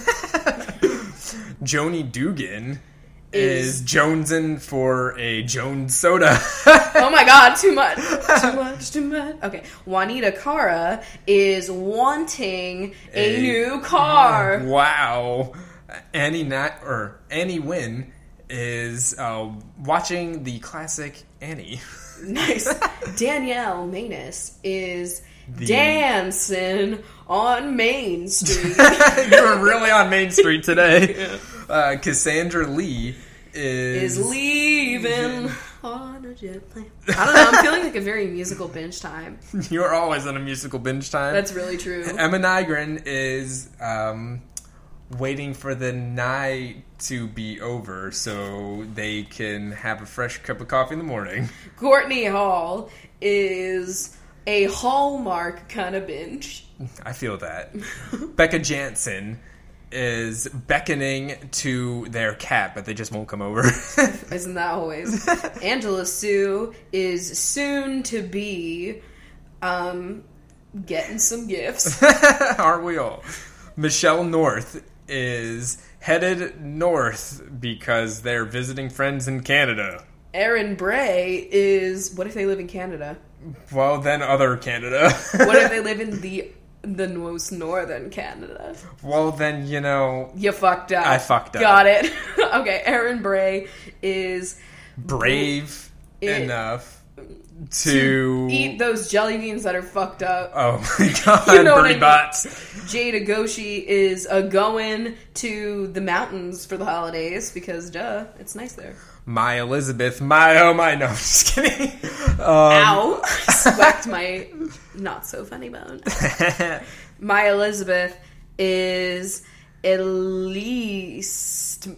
S2: Joni Dugan is,
S3: Is-
S2: jonesing for a Jones soda.
S3: oh my god, too much. Too much, too much. Okay. Juanita Cara is wanting a,
S2: A-
S3: new car.
S2: wow. Annie Nat or Annie Wynn is uh, watching the classic Annie.
S3: Nice. Danielle Manus is dancing on Main Street.
S2: you were really on Main Street today. Uh, Cassandra Lee is,
S3: is leaving on a jet plane. I don't know. I'm feeling like a very musical binge time.
S2: You're always on a musical binge time.
S3: That's really true.
S2: Emma Nigren is um, waiting for the night to be over so they can have a fresh cup of coffee in the morning.
S3: Courtney Hall is a hallmark kind of binge.
S2: I feel that. Becca Jansen is beckoning to their cat, but they just won't come over.
S3: Isn't that always? Angela Sue is soon to be um, getting some gifts.
S2: Aren't we all? Michelle North is headed north because they're visiting friends in Canada.
S3: Erin Bray is. What if they live in Canada?
S2: Well, then other Canada.
S3: What if they live in the the most northern Canada?
S2: well, then you know
S3: You fucked up.
S2: I fucked up.
S3: Got it. okay, Aaron Bray is
S2: brave
S3: It-
S2: enough to,
S3: eat those jelly beans that are fucked up.
S2: Oh my god,
S3: You know what I
S2: Birdie
S3: mean.
S2: Bots.
S3: Jade Agoshi is a going to the mountains for the holidays because duh, it's nice there.
S2: My Elizabeth, my oh my no, I'm just kidding. Um,
S3: Ow! Swacked my not so funny bone. my Elizabeth is at least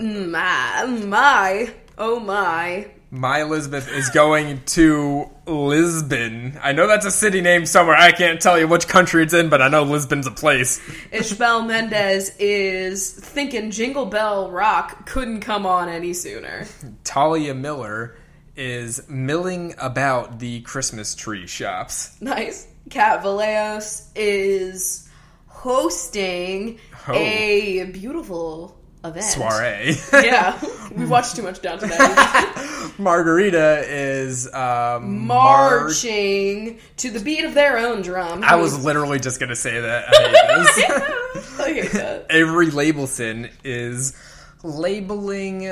S3: my my oh my
S2: My Elizabeth is going to Lisbon. I know that's a city name somewhere. I can't tell you which country it's in, but I know Lisbon's a place.
S3: Ishbel Mendez is thinking Jingle Bell Rock couldn't come on any sooner.
S2: Talia Miller is milling about the Christmas tree shops.
S3: Nice. Kat Vallejos is hosting
S2: Oh.
S3: a beautiful event.
S2: Soiree.
S3: yeah, we watched too much Downton Abbey.
S2: Margarita is um, Mar-
S3: Marching to the beat of their own drum.
S2: I was literally just gonna say that. I hate this.
S3: I hate that.
S2: Avery Labelson is labeling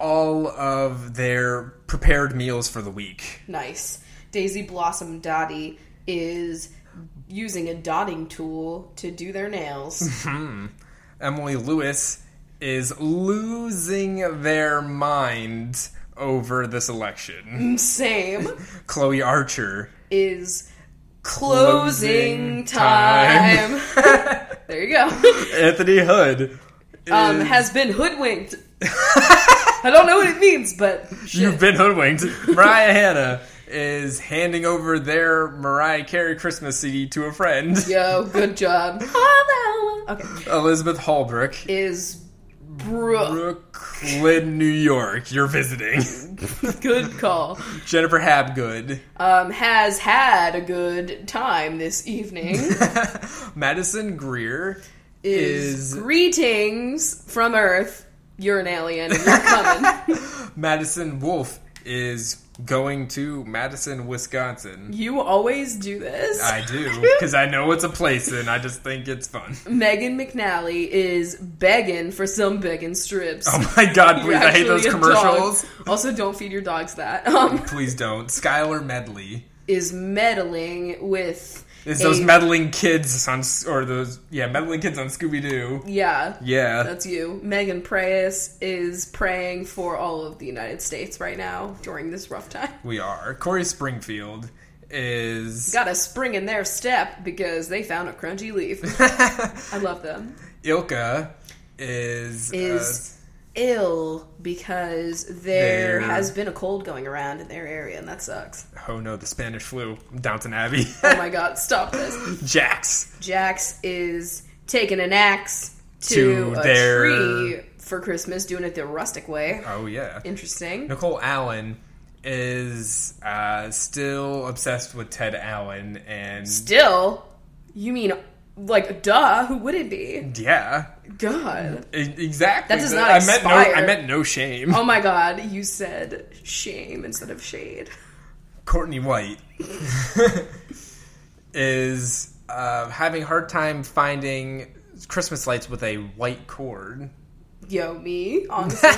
S2: all of their prepared meals for the week.
S3: Nice. Daisy Blossom Dottie is using a dotting tool to do their nails.
S2: Emily Lewis is losing their mind over this election.
S3: Same
S2: Chloe Archer.
S3: is closing,
S2: Closing
S3: time.
S2: time.
S3: there you go.
S2: Anthony Hood.
S3: Um,
S2: is-
S3: has been hoodwinked. I don't know what it means, but
S2: You've
S3: shit.
S2: been hoodwinked. Mariah Hanna is handing over their Mariah Carey Christmas CD to a friend.
S3: Yo, good job. Okay.
S2: Elizabeth Holbrook.
S3: Is bro
S2: Brooklyn, New York. You're visiting.
S3: good call.
S2: Jennifer Habgood.
S3: Um, has had a good time this evening.
S2: Madison Greer is
S3: is, greetings from Earth. You're an alien. and You're coming.
S2: Madison Wolf is going to Madison, Wisconsin.
S3: you always do this.
S2: I do because I know it's a place, and I just think it's fun.
S3: Megan McNally is begging for some begging strips.
S2: Oh my god,
S3: You're
S2: please! I hate
S3: actually
S2: those
S3: a dog.
S2: commercials.
S3: Also, don't feed your dogs that. Um,
S2: Please don't. Skylar Medley
S3: is meddling with.
S2: is
S3: a-
S2: those meddling kids on S- or those yeah meddling kids on Scooby Doo.
S3: Yeah.
S2: Yeah,
S3: That's you. Megan Preyes is praying for all of the United States right now during this rough time.
S2: we are. Corey Springfield is
S3: Got to spring in their step because they found a crunchy leaf. I love them.
S2: Ilka is uh,
S3: is ill because
S2: There.
S3: there has been a cold going around in their area, and that sucks.
S2: Oh no, the Spanish flu. Downton Abbey.
S3: Oh my god, stop this.
S2: Jax.
S3: Jax is taking an axe to,
S2: To
S3: a
S2: their-
S3: tree for Christmas, doing it the rustic way.
S2: Oh yeah.
S3: Interesting.
S2: Nicole Allen is uh, still obsessed with Ted Allen and
S3: Still, you mean like duh? Who would it be?
S2: yeah,
S3: God.
S2: e- exactly.
S3: That does
S2: But
S3: not
S2: I meant no.
S3: expire.
S2: I meant no shame.
S3: Oh my god, you said shame instead of shade.
S2: Courtney White is uh, having a hard time finding Christmas lights with a white cord.
S3: Yo, me, honestly.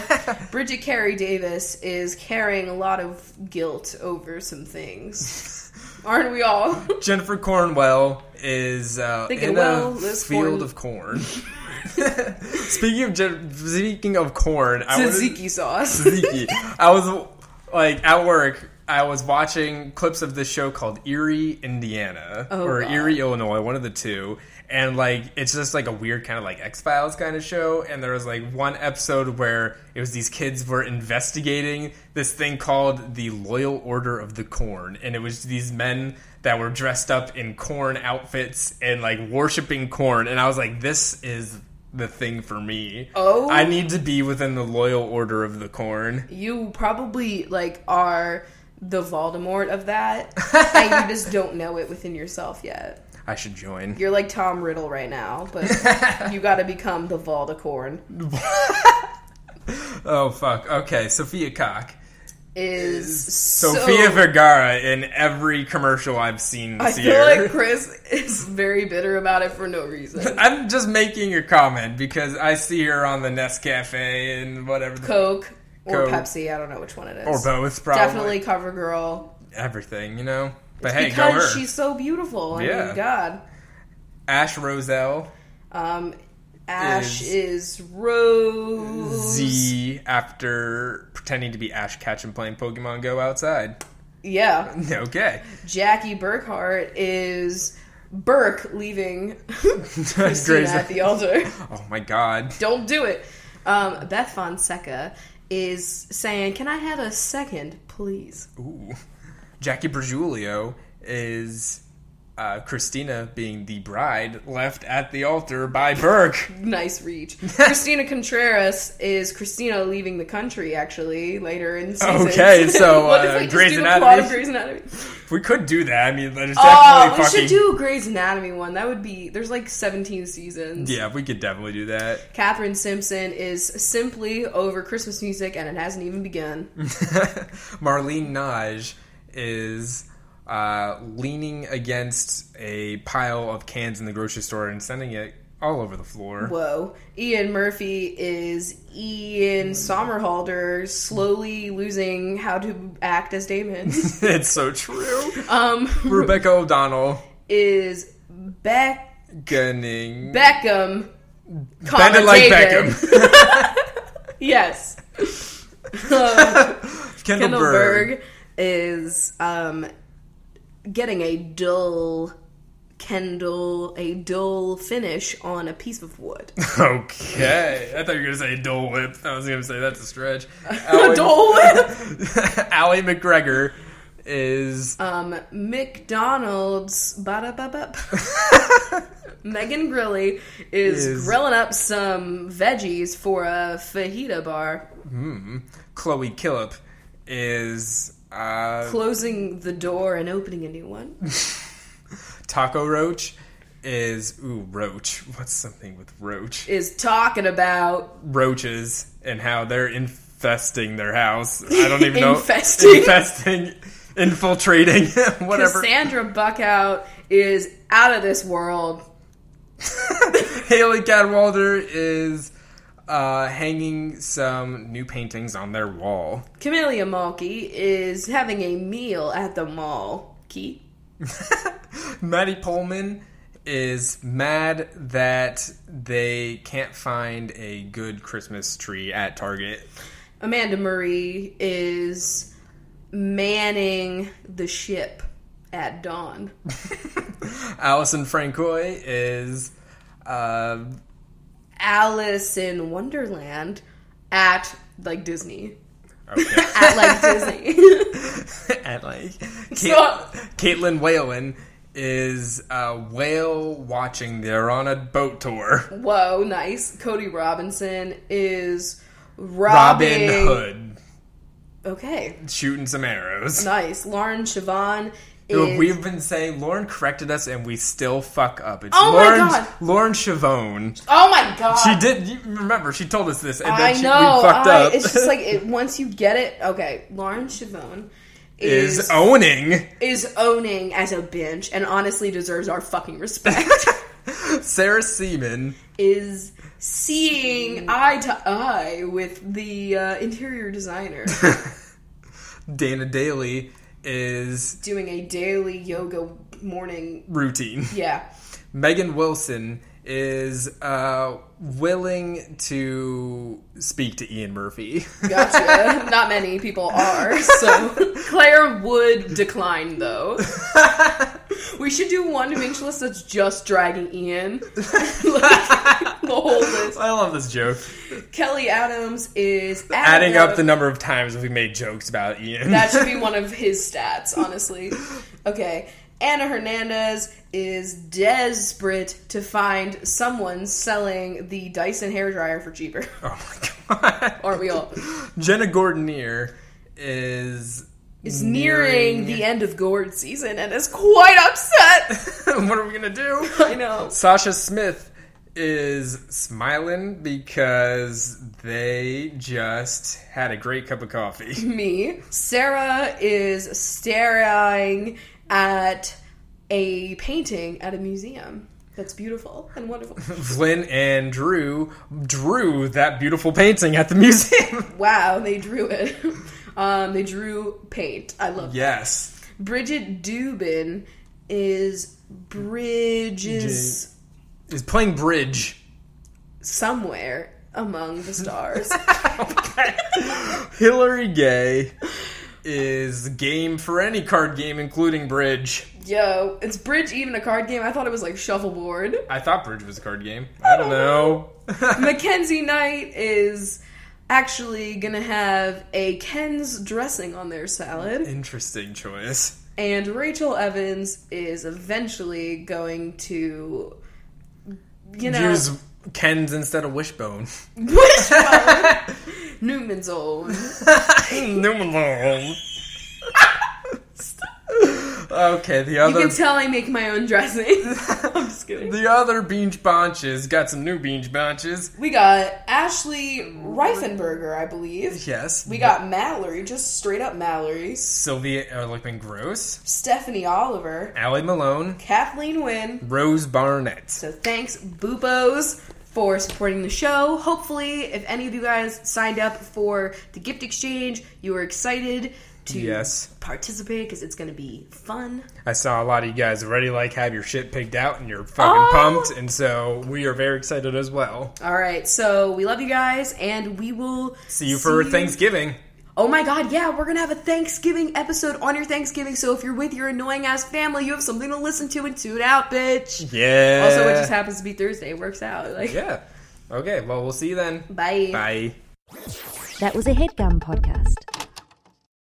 S3: Bridget Carey Davis is carrying a lot of guilt over some things. Aren't we all?
S2: Jennifer Cornwell is uh,
S3: Thinking,
S2: in
S3: well,
S2: a
S3: this
S2: field
S3: corn-
S2: of corn. speaking of Jen- speaking of corn, I wanted-
S3: Tzatziki sauce.
S2: Tzatziki. I was like at work. I was watching clips of this show called Erie, Indiana,
S3: Oh,
S2: or
S3: God.
S2: Erie, Illinois, one of the two. And like, it's just like a weird kind of like X Files kind of show. And there was like one episode where it was these kids were investigating this thing called the Loyal Order of the Corn, and it was these men that were dressed up in corn outfits and like worshiping corn. And I was like, this is the thing for me.
S3: Oh.
S2: I need to be within the loyal order of the corn.
S3: You probably, like, are the Voldemort of that, and you just don't know it within yourself yet.
S2: I should join.
S3: You're like Tom Riddle right now, but you gotta become the Voldecorn.
S2: Oh fuck. Okay, Sophia Cock.
S3: Is so-
S2: Sophia Vergara in every commercial I've seen
S3: I
S2: this
S3: feel
S2: year.
S3: like Chris is very bitter about it for no reason.
S2: I'm just making a comment because I see her on the Nest Cafe and whatever the,
S3: Coke or
S2: Coke.
S3: Pepsi, I don't know which one it is.
S2: or both probably
S3: Definitely cover girl.
S2: everything, you know. But hey, go her.
S3: because she's so beautiful. I
S2: Yeah.
S3: mean, God.
S2: Ash Roselle
S3: Um, Ash is, Rose.
S2: Z after pretending to be Ash Ketchum playing Pokemon Go outside.
S3: Yeah.
S2: Okay.
S3: Jackie Burkhart is Burke leaving Christina
S2: Grey's-
S3: at the altar.
S2: Oh my god.
S3: Don't do it. Um, Beth Fonseca is saying, "Can I have a second, please?"
S2: Ooh. Jackie Bergiulio is uh, Christina, being the bride, left at the altar by Burke.
S3: Nice reach. Christina Contreras is Christina leaving the country actually later in the season.
S2: Okay, so,
S3: What if
S2: uh,
S3: we just
S2: Grey's
S3: do the plot of
S2: Anatomy?
S3: Grey's Anatomy?
S2: we could do that. I mean, there's
S3: Oh,
S2: definitely
S3: we
S2: fucking.
S3: should do a Grey's Anatomy one. That would be there's like 17 seasons.
S2: yeah, we could definitely do that.
S3: Catherine Simpson is simply over Christmas music and it hasn't even begun.
S2: Mm. Marlene Naj is uh, leaning against a pile of cans in the grocery store and sending it all over the floor.
S3: Whoa. Ian Murphy is
S2: Mm.
S3: Ian Somerhalder slowly losing how to act as Damon.
S2: it's so true.
S3: um
S2: Rebecca O'Donnell
S3: is Beck
S2: gunning.
S3: Beckham.
S2: Bend
S3: comma,
S2: it like
S3: David.
S2: Beckham.
S3: Yes. um,
S2: Kendall Berg.
S3: Kindleberg is um, getting a dull Kendall, a dull finish on a piece of wood.
S2: Okay. I thought you were going to say Dole Whip. I was going to say that's a stretch. Oh,
S3: A dull whip.
S2: Allie McGregor is.
S3: Um, McDonald's. Ba-da-ba-ba. Megan Grilly is,
S2: Is-
S3: grilling up some veggies for a fajita bar,
S2: Chloe Killip is. Uh,
S3: closing the door and opening a new one.
S2: Taco Roach is ooh roach. What's something with roach?
S3: Is talking about
S2: Roaches and how they're infesting their house. I don't even know
S3: Infesting.
S2: infesting, infiltrating, whatever.
S3: Cassandra Buckout is out of this world.
S2: Haley Cadwalder is uh, hanging some new paintings on their wall.
S3: Camellia Malky is having a meal at the mall. Key.
S2: Maddie Pullman is mad that they can't find a good Christmas tree at Target.
S3: Amanda Marie is manning the ship at dawn.
S2: Allison Francois is uh,
S3: Alice in Wonderland at like Disney.
S2: okay.
S3: At like Disney.
S2: and like Cait-
S3: Stop.
S2: Caitlin Whalen is uh, whale watching. They're on a boat tour.
S3: Whoa, nice. Cody Robinson is robbing.
S2: Robin Hood
S3: Okay,
S2: shooting some arrows.
S3: nice. Lauren Siobhan is.
S2: We've been saying Lauren corrected us, and we still fuck up. It's
S3: Oh my
S2: Lauren,
S3: God.
S2: Lauren Chavone.
S3: oh my god!
S2: She did. You remember, she told us this, and then
S3: I
S2: she,
S3: know.
S2: we fucked
S3: I-
S2: up.
S3: It's just like it, once you get it. Okay, Lauren Chavone
S2: is
S3: is is,
S2: owning
S3: owning as a bench, and honestly deserves our fucking respect.
S2: Sarah Seaman.
S3: is seeing eye to eye with the uh, interior designer,
S2: Dana Daly is
S3: doing a daily yoga morning.
S2: routine.
S3: Yeah,
S2: Megan Wilson is uh, willing to speak to Ian Murphy.
S3: gotcha. Not many people are. So Claire would decline though. We should do one to make list that's just dragging Ian. like, the whole list.
S2: I love this joke.
S3: Kelly Adams is
S2: Adding up the number of times we made jokes about Ian.
S3: that should be one of his stats, honestly. Okay, Anna Hernandez is desperate to find someone selling the Dyson hairdryer for cheaper.
S2: oh my god.
S3: Aren't we all?
S2: Jenna Gordonier is.
S3: Is nearing the end of Gourd season and is quite upset.
S2: what are we gonna do?
S3: I know.
S2: Sasha Smith is smiling because they just had a great cup of coffee.
S3: Me. Sarah is staring at a painting at a museum that's beautiful and wonderful.
S2: Flynn and Drew drew that beautiful painting at the museum.
S3: Wow, they drew it. Um, they drew paint. I love that.
S2: yes.
S3: Bridget Dubin is Bridges
S2: is playing bridge.
S3: somewhere among the stars.
S2: Hillary Gay is game for any card game, including bridge.
S3: Yo, it's Bridge even a card game? I thought it was like shuffleboard.
S2: I thought bridge was a card game. I don't know.
S3: Mackenzie Knight is actually gonna have a Ken's dressing on their salad.
S2: Interesting choice.
S3: And Rachel Evans is eventually going to, you know,
S2: Use Ken's instead of Wishbone.
S3: Wishbone. Newman's old.
S2: okay, the
S3: You
S2: other
S3: can tell I make my own dressing. I'm just kidding.
S2: the other Beach Bonches got some new Beach Bonches.
S3: We got Ashley Reifenberger, I believe.
S2: Yes.
S3: We got Mallory, just straight up Mallory.
S2: Sylvia Ehrlichman Gross,
S3: Stephanie Oliver.
S2: Allie Malone,
S3: Kathleen Wynn.
S2: Rose Barnett.
S3: So thanks, Boopos, for supporting the show. Hopefully, if any of you guys signed up for the gift exchange, you were excited to
S2: Yes.
S3: participate because it's going to be fun.
S2: I saw a lot of you guys already like have your shit picked out and you're fucking
S3: Oh.
S2: pumped, and so we are very excited as well.
S3: All right, so we love you guys, and we will
S2: See you for Thanksgiving.
S3: Oh my God, yeah, we're gonna have a Thanksgiving episode on your Thanksgiving. So if you're with your annoying ass family, you have something to listen to and tune out, bitch.
S2: Yeah.
S3: Also, it just happens to be Thursday. It works out. Like,
S2: Yeah. Okay. Well, we'll see you then.
S3: bye.
S2: Bye.
S1: That was a headgum podcast.